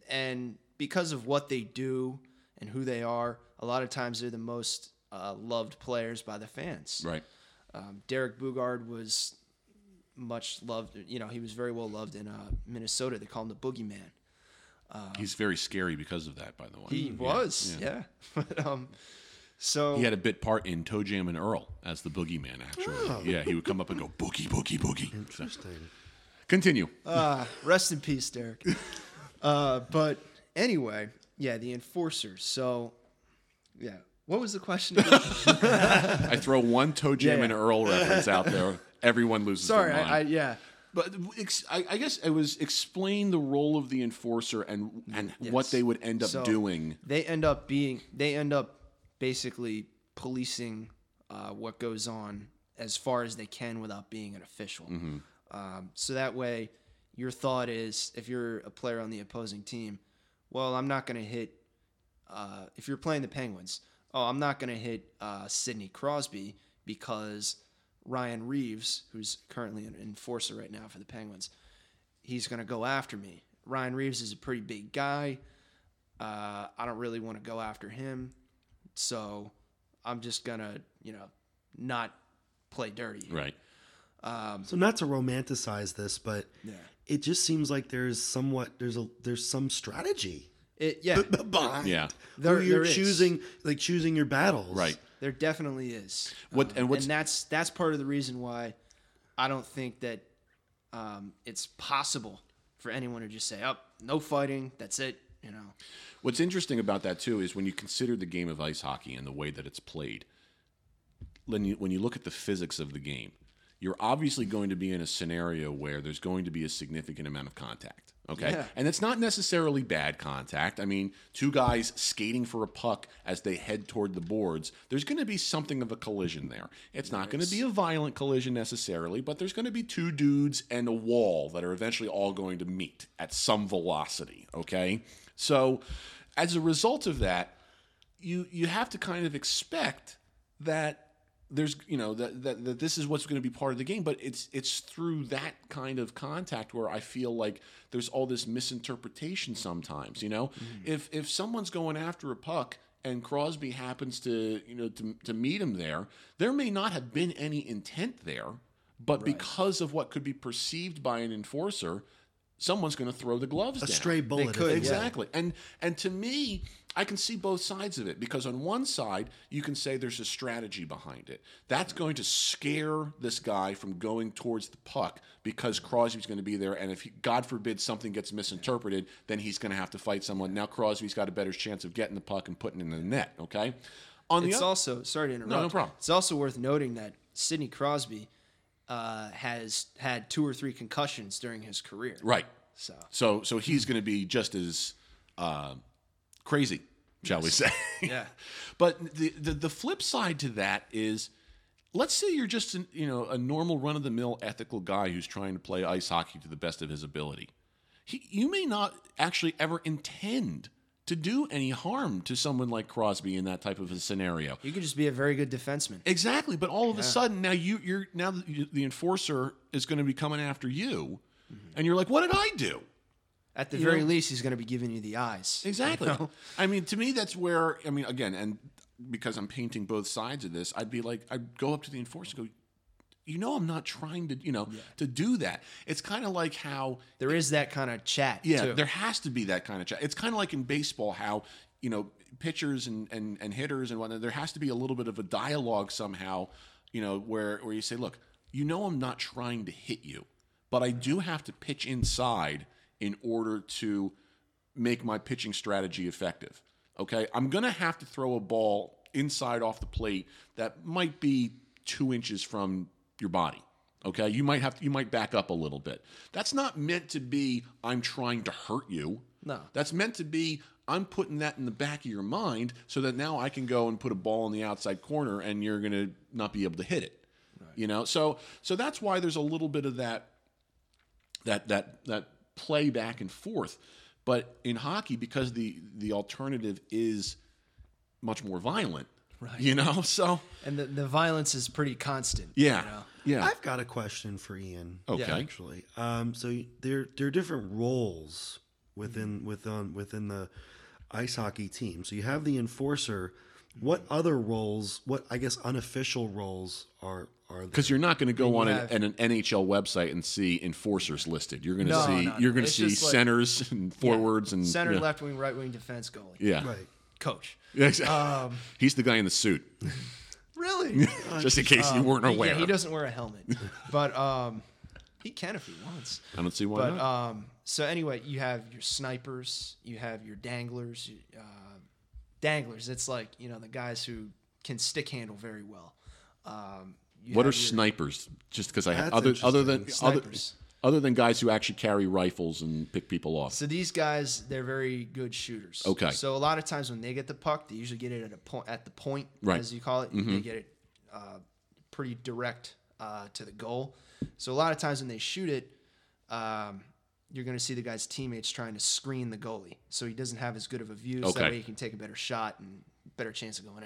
C: and because of what they do and who they are, a lot of times they're the most uh, loved players by the fans.
A: Right.
C: Um, Derek Bugard was much loved. You know, he was very well loved in uh, Minnesota. They call him the boogeyman.
A: He's very scary because of that, by the way.
C: He was, yeah. But, um, so
A: He had a bit part in Toe Jam and Earl as the boogeyman, actually.
C: Oh.
A: Yeah, he would come up and go boogie, boogie, boogie.
C: Mm.
A: So-
B: Interesting.
A: Continue.
C: uh, rest in peace, Derek. Uh, but anyway, yeah, the enforcer. So, yeah, what was the question? again?
A: I throw one Toe Jam
C: Yeah.
A: and Earl reference out there. Everyone loses
C: Sorry,
A: their mind.
C: I, I yeah.
A: but ex- I, I guess it was explain the role of the enforcer and and what they would end up
C: So
A: doing.
C: They end up being they end up basically policing uh, what goes on as far as they can without being an official.
A: Mm-hmm.
C: Um, so that way, your thought is if you're a player on the opposing team, well, I'm not going to hit. Uh, if you're playing the Penguins, oh, I'm not going to hit uh, Sidney Crosby because Ryan Reeves, who's currently an enforcer right now for the Penguins, he's going to go after me. Ryan Reeves is a pretty big guy. Uh, I don't really want to go after him. So I'm just going to, you know, not play dirty.
A: Right.
B: So not to romanticize this, but
C: Yeah.
B: it just seems like there's somewhat there's a there's some strategy
C: It, yeah.
B: behind
A: Yeah.
C: There-
B: who you're
C: there is.
B: choosing like choosing your battles.
A: Right.
C: There definitely is. Um,
A: What- and what's-
C: and that's that's part of the reason why I don't think that um, it's possible for anyone to just say, "Oh, no fighting. That's it." You know.
A: What's interesting about that too is when you consider the game of ice hockey and the way that it's played. When you when you look at the physics of the game, you're obviously going to be in a scenario where there's going to be a significant amount of contact. Okay.
C: Yeah.
A: And it's not necessarily bad contact. I mean, two guys skating for a puck as they head toward the boards, there's going to be something of a collision there. It's not going to be a violent collision necessarily, but there's going to be two dudes and a wall that are eventually all going to meet at some velocity. Okay. So as a result of that, you you have to kind of expect that there's you know that, that that this is what's going to be part of the game but it's it's through that kind of contact where i feel like there's all this misinterpretation sometimes you know if if someone's going after a puck and crosby happens to you know to, to meet him there there may not have been any intent there but because of what could be perceived by an enforcer someone's going to throw the gloves
B: A
A: down
B: stray bullet. at
C: could,
B: that
C: yeah.
B: point.
A: exactly and and to me i can see both sides of it because on one side you can say there's a strategy behind it that's going to scare this guy from going towards the puck because crosby's going to be there and if he, god forbid something gets misinterpreted then he's going to have to fight someone now crosby's got a better chance of getting the puck and putting it in the net okay on the
C: It's
A: other
C: also sorry to interrupt.
A: no problem.
C: It's also worth noting that Sidney Crosby uh, has had two or three concussions during his career.
A: right
C: So
A: so so he's going to be just as uh, crazy shall we say
C: yeah,
A: But the, the the flip side to that is, let's say you're just an, you know a normal run of the mill ethical guy who's trying to play ice hockey to the best of his ability. He, you may not actually ever intend to do any harm to someone like Crosby in that type of a scenario.
C: you could just be a very good defenseman.
A: Exactly, but all of a sudden now you you're now the, you- the enforcer is going to be coming after you, and you're like, what did I do?
C: At the very
A: know-
C: least, he's going to be giving you the eyes.
A: Exactly. I mean, to me, that's where I mean, again, and because I'm painting both sides of this, I'd be like, I'd go up to the enforcer and go, you know, I'm not trying to, you know, to do that. It's kind of like how,
C: There is that kind of chat.
A: yeah,
C: too.
A: there has to be that kind of chat. It's kind of like in baseball how you know pitchers and and and hitters and whatnot. There has to be a little bit of a dialogue somehow, you know, where where you say, look, you know, I'm not trying to hit you, but I do have to pitch inside in order to make my pitching strategy effective. Okay, I'm gonna have to throw a ball inside off the plate that might be two inches from your body. Okay, you might have to, you might back up a little bit. That's not meant to be I'm trying to hurt you.
C: No.
A: that's meant to be I'm putting that in the back of your mind so that now I can go and put a ball in the outside corner and you're gonna not be able to hit it. You know, so so that's why there's a little bit of that that that that play back and forth. But in hockey, because the the alternative is much more violent, right? You know, so
C: and the, the violence is pretty constant.
A: yeah,
C: you know?
A: yeah,
B: I've got a question for Ian.
A: okay,
C: yeah.
B: actually. Um, so there there are different roles
C: Mm-hmm.
B: within within within the ice hockey team. So you have the enforcer. What
C: Mm-hmm.
B: other roles? What I guess unofficial roles are are there?
A: because you're not going to go on an,
C: have-
A: an, an NHL website and see enforcers listed. You're going to
C: No,
A: see
C: no, no.
A: you're going to
C: It's
A: see
C: just like-
A: centers and forwards and
C: Center,
A: yeah.
C: left wing, right wing, defense, goalie,
A: yeah,
B: right.
C: coach.
A: Yeah, exactly.
C: Um,
A: He's the guy in the suit,
C: Really?
B: Uh,
A: just in case you weren't aware.
C: Um, Yeah, he doesn't wear a helmet, but um, he can if he wants.
A: I don't see why
C: But
A: not.
C: um, so anyway, you have your snipers, you have your danglers, you- uh, danglers. It's like you know the guys who can stick handle very well. Um, you
A: What are
C: have your-
A: snipers? Just because I have
B: That's
A: other other than
B: interesting.
A: other,
C: Snipers.
A: other than guys who actually carry rifles and pick people off.
C: So these guys, they're very good shooters.
A: Okay.
C: So a lot of times when they get the puck, they usually get it at a point at the point,
A: Right. Mm-hmm.
C: as you call it. They get it uh, pretty direct uh, to the goal. So a lot of times when they shoot it, um, you're going to see the guy's teammates trying to screen the goalie, so he doesn't have as good of a view. So
A: Okay.
C: that way he can take a better shot and better chance of going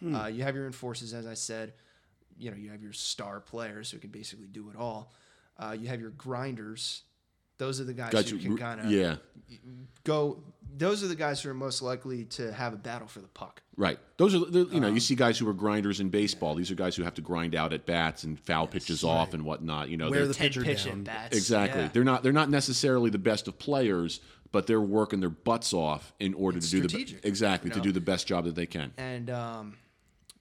C: in. Uh, you have your enforcers, as I said. You know, you have your star players who can basically do it all. Uh, you have your grinders. Those are the guys,
A: Guys
C: who
A: who
C: can
A: re-
C: kind of
A: yeah,
C: go. Those are the guys who are most likely to have a battle for the puck.
A: Right. Those are the, you know
C: Um,
A: you see guys who are grinders in baseball. These are guys who have to grind out at bats and foul pitches off and whatnot. You know
B: Where
A: they're
B: the pitcher
C: pitch
B: down.
C: at bats.
A: exactly.
C: Yeah.
A: They're not they're not necessarily the best of players, but they're working their butts off in order to do the
C: strategic,
A: be- exactly
C: you
A: to
C: know?
A: do the best job that they can.
C: And um,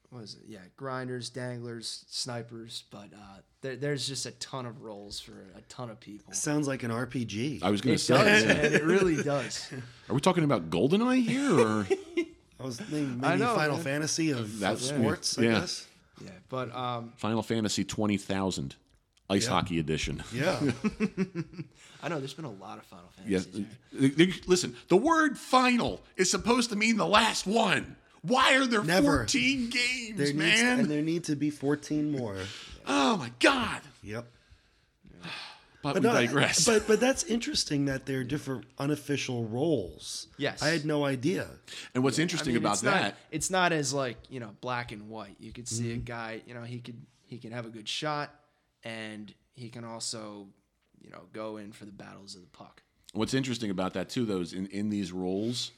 C: what is it? Yeah, grinders, danglers, snipers. But uh, there, there's just a ton of roles for a ton of people.
B: Sounds like an RPG.
A: I was going to
C: It
A: say,
C: does,
A: yeah.
C: man. It really does.
A: are we talking about Goldeneye here? Or?
B: I was thinking maybe
C: I know,
B: Final
C: man.
B: Fantasy of, of
A: That's-
B: sports. I
A: yeah.
B: guess.
C: Yeah, but um,
A: Final Fantasy twenty thousand. ice hockey edition.
B: Yeah.
C: I know there's been a lot of Final
A: Yes.
C: Fantasies. man.
A: They- they- Listen, the word final is supposed to mean the last one. Why are there
B: Never.
A: 14 games,
B: There needs,
A: man?
B: and there need to be 14 more.
A: oh my god.
B: Yep.
A: But, we
B: no,
A: digress.
B: But but that's interesting that they're different unofficial roles.
C: Yes.
B: I had no idea.
A: and what's interesting
C: I mean,
A: about
C: it's not-
A: that
C: it's not as like you know black and white. You could see a guy, you know, he could he can have a good shot, and he can also, you know, go in for the battles of the puck.
A: What's interesting about that too, though, is in, in these roles,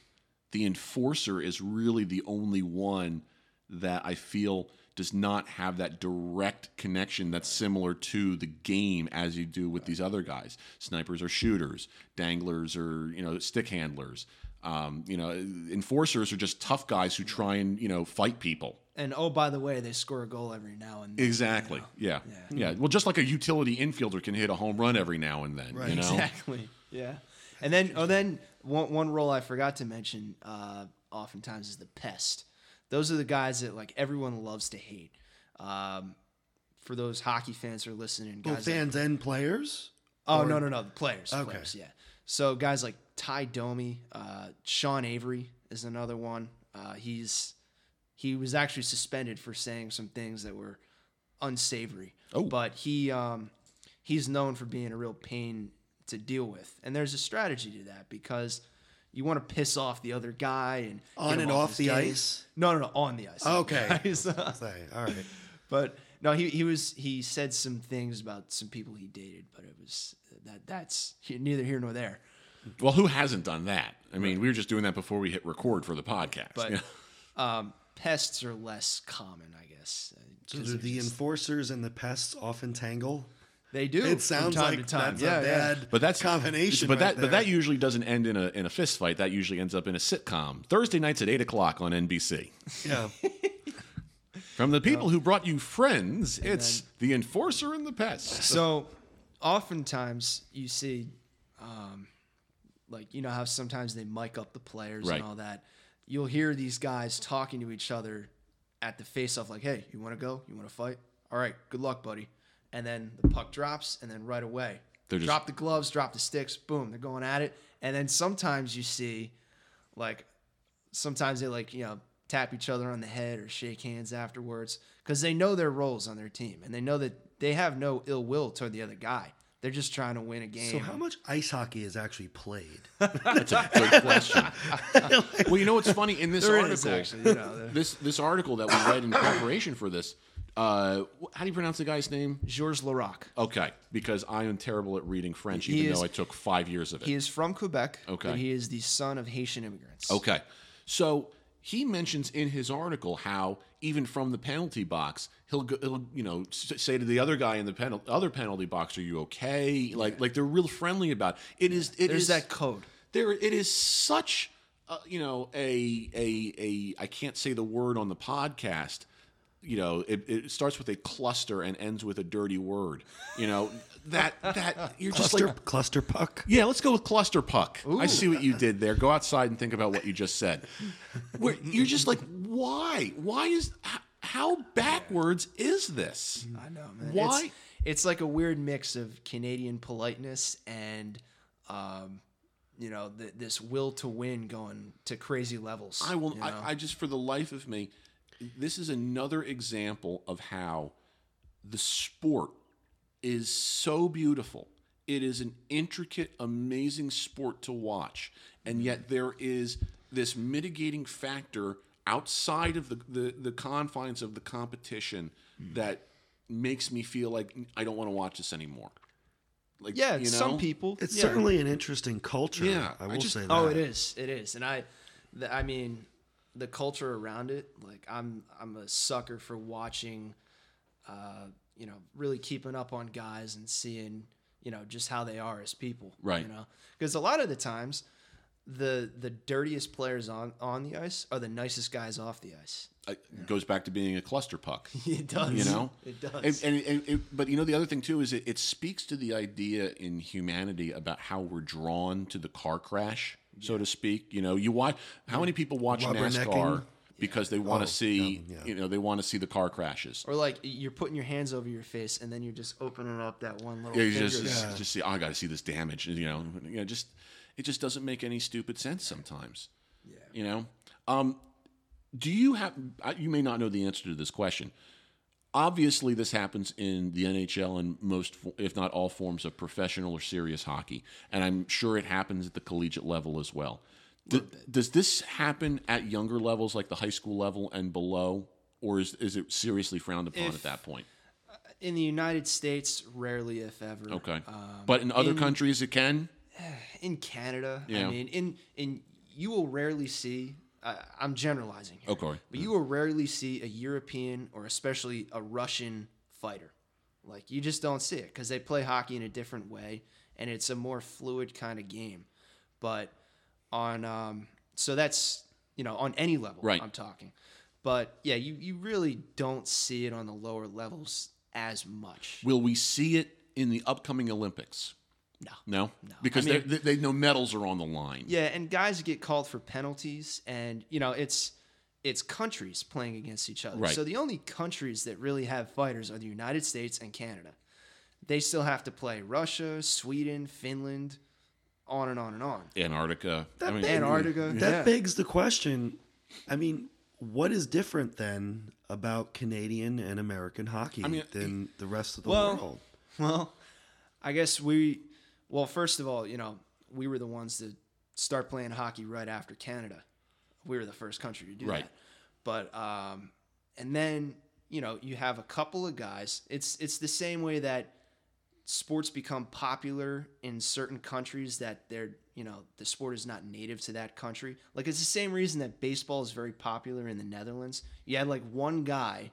A: the enforcer is really the only one that I feel does not have that direct connection that's similar to the game as you do with these other guys. Snipers are shooters, danglers are you know stick handlers. Um, you know, enforcers are just tough guys who try and you know fight people.
C: And oh, by the way, they score a goal every now and then.
A: Exactly. Yeah. yeah. Well, just like a utility infielder can hit a home run every now and then. You know.
C: Exactly. Yeah. And then oh, then one one role I forgot to mention, uh, oftentimes is the pest. Those are the guys that like everyone loves to hate. Um, for those hockey fans who are listening,
B: Well,
C: guys like-
B: fans and players.
C: Oh
B: Or-
C: no no no the players the
B: Okay.
C: players yeah so guys like Ty Domi uh, Sean Avery is another one uh, he's he was actually suspended for saying some things that were unsavory
A: Oh.
C: but he um, he's known for being a real pain to deal with and there's a strategy to that because you want to piss off the other guy and
B: On
C: get him
B: and off
C: his
B: the
C: game.
B: ice? Oh,
C: no no no on the ice
B: Okay.
C: Guys, uh,
B: Say, All right.
C: but no, he, he was he said some things about some people he dated, but it was that that's neither here nor there.
A: Well, who hasn't done that? I mean, we were just doing that before we hit record for the podcast.
C: But
A: Yeah.
C: um, pests are less common, I guess. uh,
B: So
C: 'cause
B: do
C: they're
B: the
C: just-
B: enforcers and the pests often tangle?
C: they do.
B: It sounds
C: from time
B: like
C: to time.
B: that's
C: yeah,
B: a
C: yeah.
B: bad
A: But that's
B: combination.
A: But
B: right
A: that but that
B: there.
A: usually doesn't end in a in a fist fight. That usually ends up in a sitcom. Thursday nights at eight o'clock on NBC.
B: yeah.
A: From the people who brought you Friends, it's the Enforcer and the Pest.
C: So, oftentimes you see, um, like you know how sometimes they mic up the players
A: Right.
C: and all that. You'll hear these guys talking to each other at the face-off, like, "Hey, you want to go? You want to fight? All right, good luck, buddy." And then the puck drops, and then right away,
A: They're just-
C: drop the gloves, drop the sticks, boom, they're going at it. And then sometimes you see, like, sometimes they like you know tap each other on the head or shake hands afterwards because they know their roles on their team and they know that they have no ill will toward the other guy. They're just trying to win a game.
B: So how much ice hockey is actually played?
A: That's a good question. well, you know what's funny in this
C: There it
A: article?
C: is, actually, you know, the-
A: This this article that we read in preparation for this. Uh, wh- how do you pronounce the guy's name?
C: Georges Laroque.
A: Okay, because I am terrible at reading French,
C: He
A: even
C: is-
A: though I took five years of it.
C: He is from Quebec.
A: Okay.
C: And he is the son of Haitian immigrants.
A: Okay. So he mentions in his article how even from the penalty box, he'll, go, he'll you know s- say to the other guy in the penal, other penalty box, "Are you okay?" Like like they're real friendly about it. It is it
C: There's
A: is-
C: that code.
A: There it is such uh, you know a a a I can't say the word on the podcast. You know, it, it starts with a cluster and ends with a dirty word. You know that that you're just
B: Cluster
A: like
B: cluster puck.
A: yeah, let's go with cluster puck. I see what you did there. Go outside and think about what you just said. Where you're just like, why? Why is h- how backwards is this?
C: I know, man.
A: Why?
C: It's, it's like a weird mix of Canadian politeness and, um, you know, th- this will to win going to crazy levels.
A: I will.
C: you know?
A: I, I just for the life of me, this is another example of how the sport is so beautiful. It is an intricate, amazing sport to watch, and yet
C: Mm-hmm.
A: there is this mitigating factor outside of the the, the confines of the competition
C: Mm.
A: that makes me feel like I don't want to watch this anymore. Like
C: yeah,
A: you know?
C: some people.
B: It's
C: yeah.
B: certainly an interesting culture.
A: Yeah,
B: I
A: I
B: will
A: just-
B: say that.
C: Oh, it is. It is. And I, the, I mean, the culture around it. Like I'm, I'm a sucker for watching. Uh, you know, really keeping up on guys and seeing, you know, just how they are as people.
A: Right.
C: You know, because a lot of the times, the the dirtiest players on on the ice are the nicest guys off the ice.
A: It goes back to being a cluster puck.
C: It does.
A: you know
C: It does.
A: and, and, and it, but you know the other thing too is it, it speaks to the idea in humanity about how we're drawn to the car crash so to speak you know you watch how many people watch
B: Rubbernecking.
A: nascar because they want to
B: Oh,
A: see
B: yeah, yeah.
A: you know they want to see the car crashes.
C: Or like you're putting your hands over your face and then you're just opening up that one little
A: Yeah, you
C: finger.
A: just
B: Yeah.
A: just see. "Oh, I got to see this damage. You know, you know, just it just doesn't make any stupid sense sometimes. Yeah. You know, um, do you have? I- You may not know the answer to this question. Obviously, this happens in the NHL and most, fo- if not all, forms of professional or serious hockey, and I'm sure it happens at the collegiate level as well. D- does this happen at younger levels, like the high school level and below, or is is it seriously frowned upon
C: If-
A: at that point?
C: In the United States, rarely if ever.
A: Okay,
C: Um,
A: but in other
C: in-
A: countries, it can.
C: in Canada,
A: Yeah.
C: I mean, in in you will rarely see. I I'm generalizing here.
A: Okay.
C: But you will rarely see a European or especially a Russian fighter. Like you just don't see it because they play hockey in a different way, and it's a more fluid kind of game. But on um, so that's you know on any level
A: Right.
C: I'm talking. But yeah, you you really don't see it on the lower levels as much.
A: Will we see it in the upcoming Olympics?
C: No.
A: No? Because
C: I
A: they
C: mean-
A: they, they know medals are on the line.
C: Yeah, and guys get called for penalties, and you know it's it's countries playing against each other.
A: Right.
C: So the only countries that really have fighters are the United States and Canada. They still have to play Russia, Sweden, Finland, on and on and on.
A: Antarctica. I mean,
C: Antarctica.
B: That
C: yeah.
B: begs the question. I mean, what is different then about Canadian and American hockey
A: mean,
B: than the rest of the
C: well-
B: world?
C: Well, I guess we. Well, first of all, you know, we were the ones to start playing hockey right after Canada. We were the first country to do
A: Right.
C: that. But um, and then you know you have a couple of guys. It's it's the same way that sports become popular in certain countries that they're you know the sport is not native to that country like it's the same reason that baseball is very popular in the netherlands you had like one guy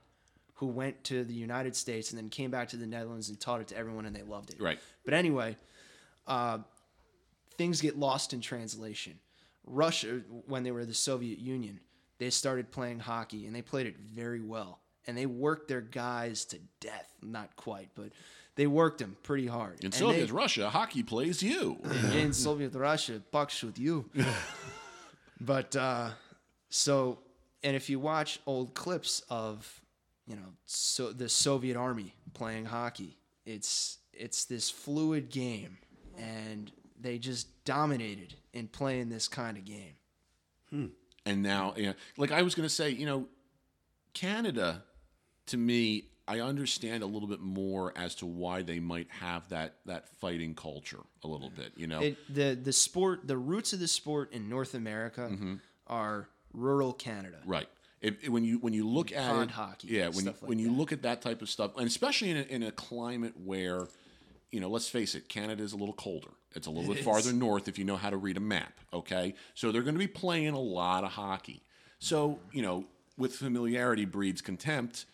C: who went to the united states and then came back to the netherlands and taught it to everyone and they loved it
A: Right.
C: but anyway uh, things get lost in translation russia when they were the soviet union they started playing hockey and they played it very well and they worked their guys to death not quite but they worked them pretty hard
A: In
C: And
A: Soviet
C: they-
A: Russia, hockey plays you.
C: in Soviet Russia, buck shoot you. but uh, so, and if you watch old clips of, you know, so the Soviet army playing hockey, it's it's this fluid game, and they just dominated in playing this kind of game.
A: and now, you know, like I was going to say, you know, Canada, to me, I understand a little bit more as to why they might have that that fighting culture a little bit. You know,
C: It, the the sport, the roots of the sport in North America are rural Canada.
A: Right. If, if- when you when you look at
C: Pond
A: it-
C: hockey,
A: yeah. When you,
C: stuff like
A: when you
C: that.
A: look at that type of stuff, and especially in a, in a climate where, you know, let's face it, Canada is a little colder. It's a little bit farther north if you know how to read a map. Okay, so they're going to be playing a lot of hockey. So you know, with familiarity breeds contempt.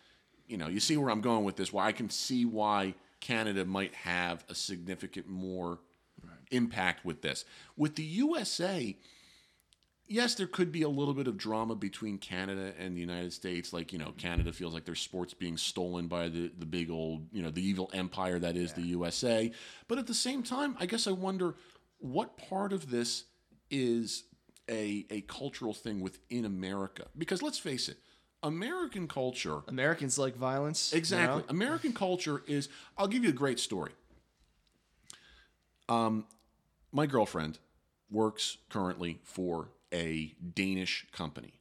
A: You know, you see where I'm going with this. Why I can see why Canada might have a significant more impact with this. With the USA, yes, there could be a little bit of drama between Canada and the United States. Like, you know, Canada feels like their sports being stolen by the, the big old, you know, the evil empire that is the USA. But at the same time, I guess I wonder what part of this is a, a cultural thing within America? Because let's face it, American culture
C: Americans like violence. you know?
A: Exactly. American culture is. I'll give you a great story. Um, my girlfriend works currently for a Danish company.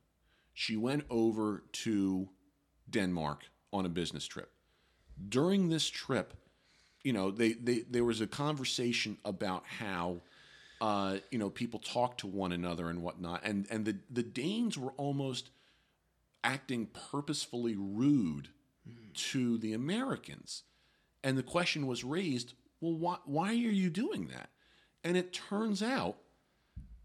A: She went over to Denmark on a business trip. During this trip, you know, they, they there was a conversation about how uh, you know, people talk to one another and whatnot. And and the, the Danes were almost acting purposefully rude to the Americans. And the question was raised, well, why, why are you doing that? And it turns out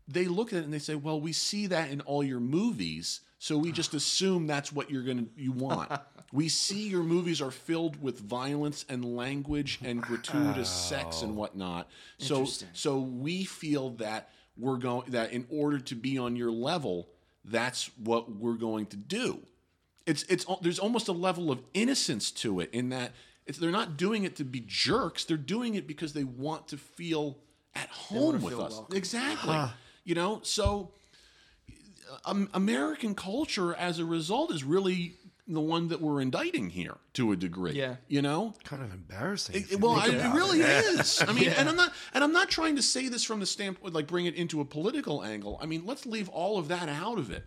A: they look at it and they say, well, we see that in all your movies, so we just assume that's what you're going to you want. we see your movies are filled with violence and language and gratuitous sex and whatnot. So
C: Interesting.
A: so we feel that we're going that in order to be on your level, that's what we're going to do it's it's al- there's almost a level of innocence to it in that it's, they're not doing it to be jerks. They're doing it because they want to feel at
C: wanna
A: home with
C: feel
A: us.
C: welcome.
A: Exactly. You know, so um, American culture, as a result, is really the one that we're indicting here to a degree.
C: Yeah.
A: you know.
B: Kind of embarrassing. if
A: It-
B: you
A: well,
B: think
A: I,
B: about
A: it really is. I mean, and I'm not, and I'm not trying to say this from the standpoint like bring it into a political angle. I mean, let's leave all of that out of it.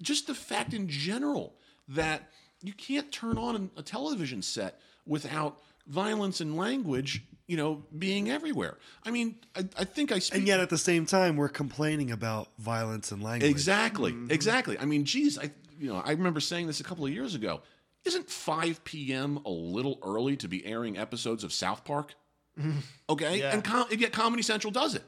A: Just the fact in general that you can't turn on a television set without violence and language, you know, being everywhere. I mean, I, I think I speak
B: And yet, at the same time, we're complaining about violence and language.
A: Exactly. Exactly.
C: Mm-hmm.
A: I mean, geez, I you know, I remember saying this a couple of years ago. Isn't 5 p.m. a little early to be airing episodes of South Park? okay,
C: Yeah.
A: and com- yet Comedy Central does it.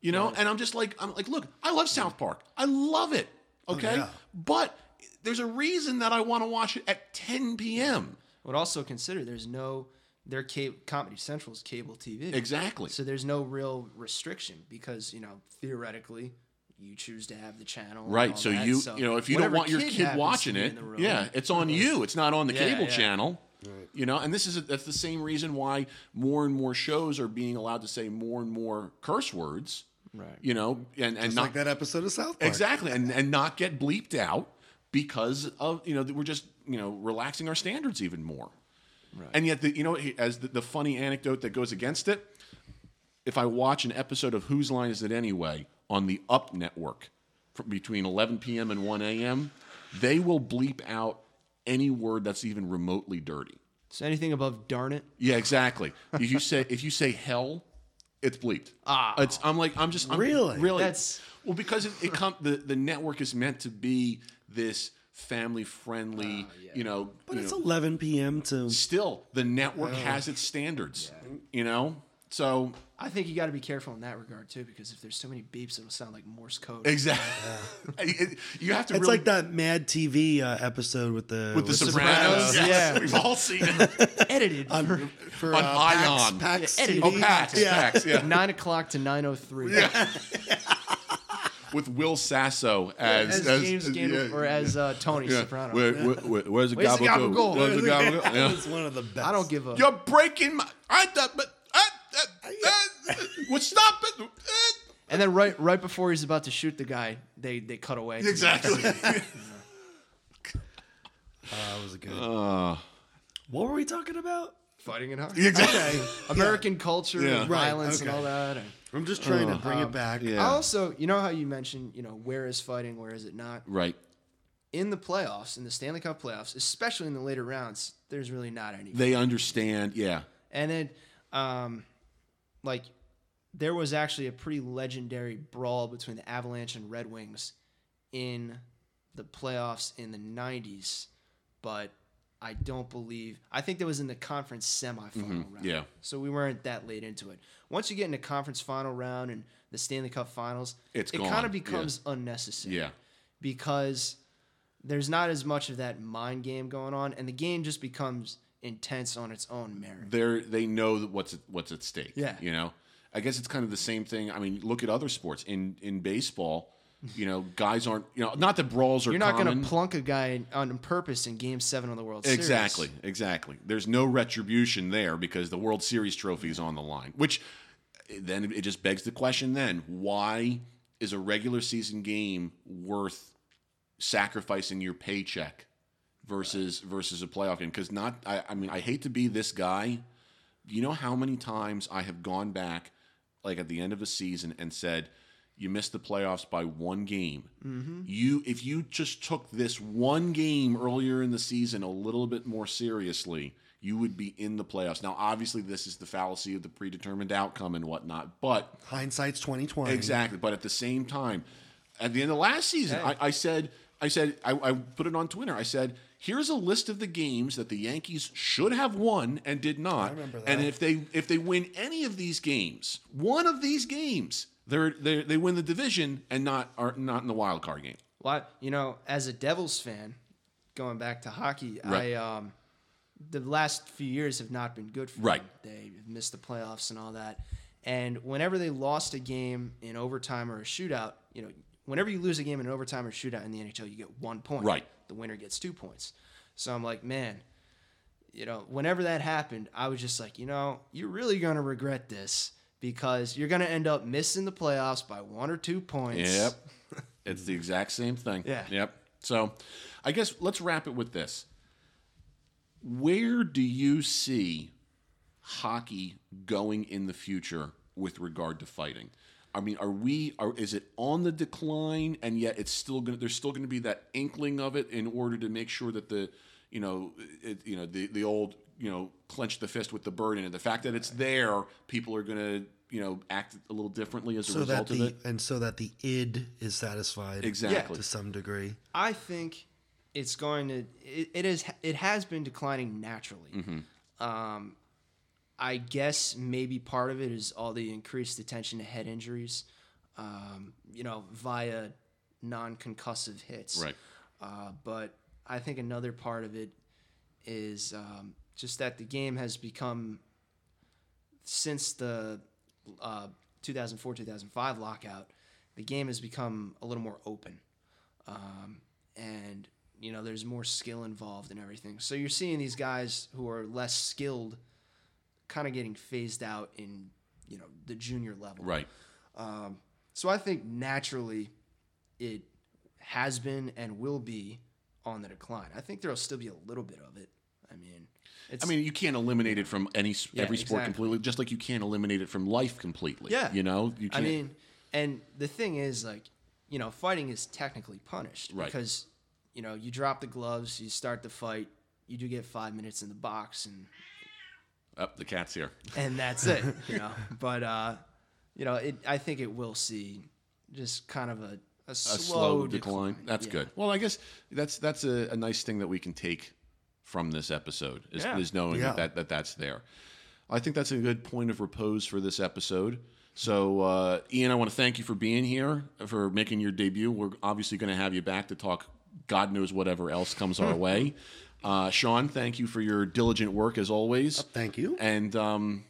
A: You know, and I'm just like, I'm like, look, I love South
C: Mm.
A: Park. I love it.
C: Oh,
A: Okay,
B: yeah.
A: but there's a reason that I want to watch it at 10 p.m.
C: Would also consider there's no their cable, Comedy Central's cable TV.
A: Exactly.
C: So there's no real restriction because you know theoretically you choose to have the channel. and
A: Right.
C: all
A: So
C: that,
A: you you know if you don't
C: Oh, whatever
A: want your kid,
C: happens to
A: watching
C: be
A: it,
C: in the room-
A: yeah, it's on you. It's not on the
C: Yeah,
A: cable
C: yeah.
A: channel. You know, and this is that's the same reason why more and more shows are being allowed to say more and more curse words.
C: Right.
A: You know, and and
B: It's
A: not
B: like that episode of South Park.
A: exactly and and not get bleeped out because of you know that we're just you know relaxing our standards even more. Right. And yet, the, you know, as the, the funny anecdote that goes against it, if I watch an episode of Whose Line Is It Anyway on the Up Network from between 11 p.m. and 1 a.m., they will bleep out any word that's even remotely dirty.
C: So anything above darn it.
A: Yeah, exactly. if you say if you say hell, it's bleeped. Ah, it's I'm like I'm just I'm,
B: Really?
A: really
C: That's-
A: well because it, it com- the the network is meant to be this family friendly, you know.
B: But
A: you
B: it's
A: know,
B: 11 p.m. to.
A: still the network has its standards, you know. So
C: I think you got to be careful in that regard too because if there's so many beeps, it'll sound like Morse code.
A: exactly, you have to.
B: It's
A: really,
B: like that Mad TV uh, episode with the
A: with the
C: Sopranos.
A: Sopranos. Yes,
C: Yeah.
A: we've all seen it
C: Edited from
B: for
A: on
B: uh,
A: Ion.
B: Pax, Pax
C: edited.
B: TV.
A: Oh, Pax,
B: Yeah.
A: Pax, yeah.
C: nine o'clock to nine o three.
A: With Will Sasso as,
C: As, James Gandolf
A: yeah,
C: or as uh, Tony
A: yeah.
C: Soprano.
A: Where- where- where- where's the
C: Where's the
A: gabagool?
C: gabagool?
A: Where's the gabagool?
B: That
A: Yeah.
B: was one of the best.
C: I don't give a.
A: You're breaking my. I thought, but. Uh, uh, uh, well, stop it. Uh.
C: And then right right before he's about to shoot the guy, they they cut away.
A: Exactly.
B: Oh, that was a good.
A: Uh.
B: what were we talking about?
C: Fighting it hard.
A: exactly.
C: American culture
A: Yeah.
C: and
A: Right,
C: violence and
B: okay.
C: all that. and-
B: I'm just trying to bring it back.
A: Uh-huh. yeah.
C: I also, you know how you mentioned, you know, where is fighting, where is it not?
A: Right.
C: In the playoffs, in the Stanley Cup playoffs, especially in the later rounds, there's really not any.
A: They understand. Yeah.
C: And then, um, like, there was actually a pretty legendary brawl between the Avalanche and Red Wings in the playoffs in the 90s, but I don't believe. I think that was in the conference semifinal round.
A: Mm-hmm. yeah.
C: So we weren't that late into it. Once you get into conference final round and the Stanley Cup finals,
A: It's
C: it
A: gone,
C: kind
A: yeah.
C: of becomes unnecessary.
A: Yeah.
C: Because there's not as much of that mind game going on, and the game just becomes intense on its own merit.
A: They're, they know that what's at, what's at stake.
C: Yeah.
A: You know? I guess it's kind of the same thing. I mean, look at other sports. In in baseball, you know, guys aren't, you know, not that brawls are
C: You're not going
A: common.
C: to plunk a guy in- on purpose in Game Seven of the World Series.
A: Exactly, exactly. There's no retribution there because the World Series trophy is on the line. Which eh, then it just begs the question: Then why is a regular season game worth sacrificing your paycheck versus versus a playoff game? Because not, I, I mean, I hate to be this guy. You know how many times I have gone back, like at the end of a season, and said. You missed the playoffs by one game you if you just took this one game earlier in the season a little bit more seriously you would be in the playoffs now obviously this is the fallacy of the predetermined outcome and whatnot but
B: Hindsight's 2020.
A: exactly but at the same time at the end of last season I, I said i said I, I put it on twitter i said here's a list of the games that the yankees should have won and did not
B: remember that.
A: and if they if they win any of these games one of these games they're, they're, they win the division and not are not in the wild card game
C: Well, you know, as a Devils fan, going back to hockey,
A: Right.
C: I um, the last few years have not been good for
A: Right.
C: them. They have missed the playoffs and all that. And whenever they lost a game in overtime or a shootout, you know, whenever you lose a game in an overtime or shootout in the NHL, you get one point.
A: Right.
C: The winner gets two points. So I'm like, man, you know, whenever that happened, I was just like, you know, you're really going to regret this because you're going to end up missing the playoffs by one or two points.
A: Yep. It's the exact same thing.
C: Yeah.
A: Yep. So I guess let's wrap it with this. Where do you see hockey going in the future with regard to fighting? I mean, are we are is it on the decline and yet it's still going to there's still going to be that inkling of it in order to make sure that the you know it, you know the the old you know clench the fist with the bird in it. The fact that it's there, people are going to you know act a little differently as a
B: so that
A: result of
B: the
A: it.
B: and so that the id is satisfied
A: Exactly.
B: to some degree.
C: I think it's going to it, it is it has been declining naturally. Um, I guess maybe part of it is all the increased attention to head injuries, um, you know, via non-concussive hits.
A: Right.
C: Uh, but I think another part of it is um, just that the game has become since the uh, 2004 2005 lockout, the game has become a little more open. Um, and, you know, there's more skill involved and everything. So you're seeing these guys who are less skilled kind of getting phased out in, you know, the junior level.
A: Right.
C: So I think naturally it has been and will be on the decline. I think there'll still be a little bit of it. I mean, it's,
A: I mean, you can't eliminate it from any s
C: Yeah,
A: every sport
C: exactly.
A: completely, just like you can't eliminate it from life completely.
C: Yeah.
A: you know, you
C: I
A: can't.
C: mean, and the thing is, like, you know, fighting is technically punished
A: Right.
C: because, you know, you drop the gloves, you start the fight, you do get five minutes in the box, and
A: oh, the cat's here.
C: and that's it. You know, but uh, you know, it. I think it will see just kind of a a slow,
A: A slow decline.
C: decline.
A: That's
C: Yeah.
A: good. Well, I guess that's that's a, a nice thing that we can take from this episode is,
D: Yeah.
A: is knowing
B: Yeah.
A: that, that that that's there. I think that's a good point of repose for this episode. So, uh, Ian, I want to thank you for being here for making your debut. We're obviously going to have you back to talk. God knows whatever else comes our way. Uh, Sean, thank you for your diligent work as always.
B: Thank you.
A: And um,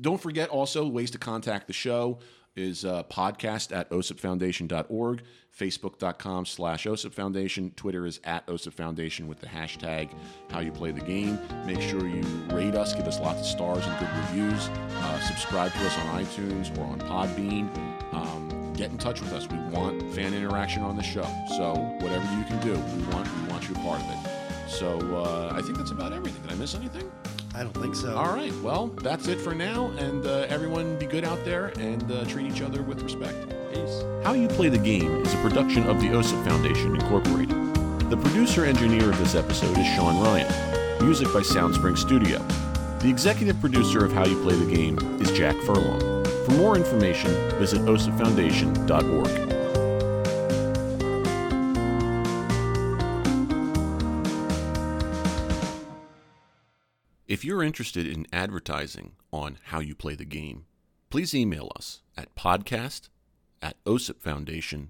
A: don't forget also ways to contact the show is uh, podcast at osipfoundation.org, facebook.com slash OSIP Foundation. Twitter is at OSIP Foundation with the hashtag how you play the game. Make sure you rate us, give us lots of stars and good reviews. Uh, subscribe to us on iTunes or on Podbean. Um, get in touch with us. We want fan interaction on the show. So whatever you can do, we want, we want you a part of it. So uh, I think that's about everything. Did I miss anything?
B: I don't think so.
A: All right. Well, that's it for now. And uh, everyone be good out there and uh, treat each other with respect.
C: Peace.
A: How You Play the Game is a production of the OSIP Foundation, Incorporated. The producer engineer of this episode is Sean Ryan. Music by Soundspring Studio. The executive producer of How You Play the Game is Jack Furlong. For more information, visit osipfoundation.org. If you're interested in advertising on how you play the game, please email us at podcast at osipfoundation.org.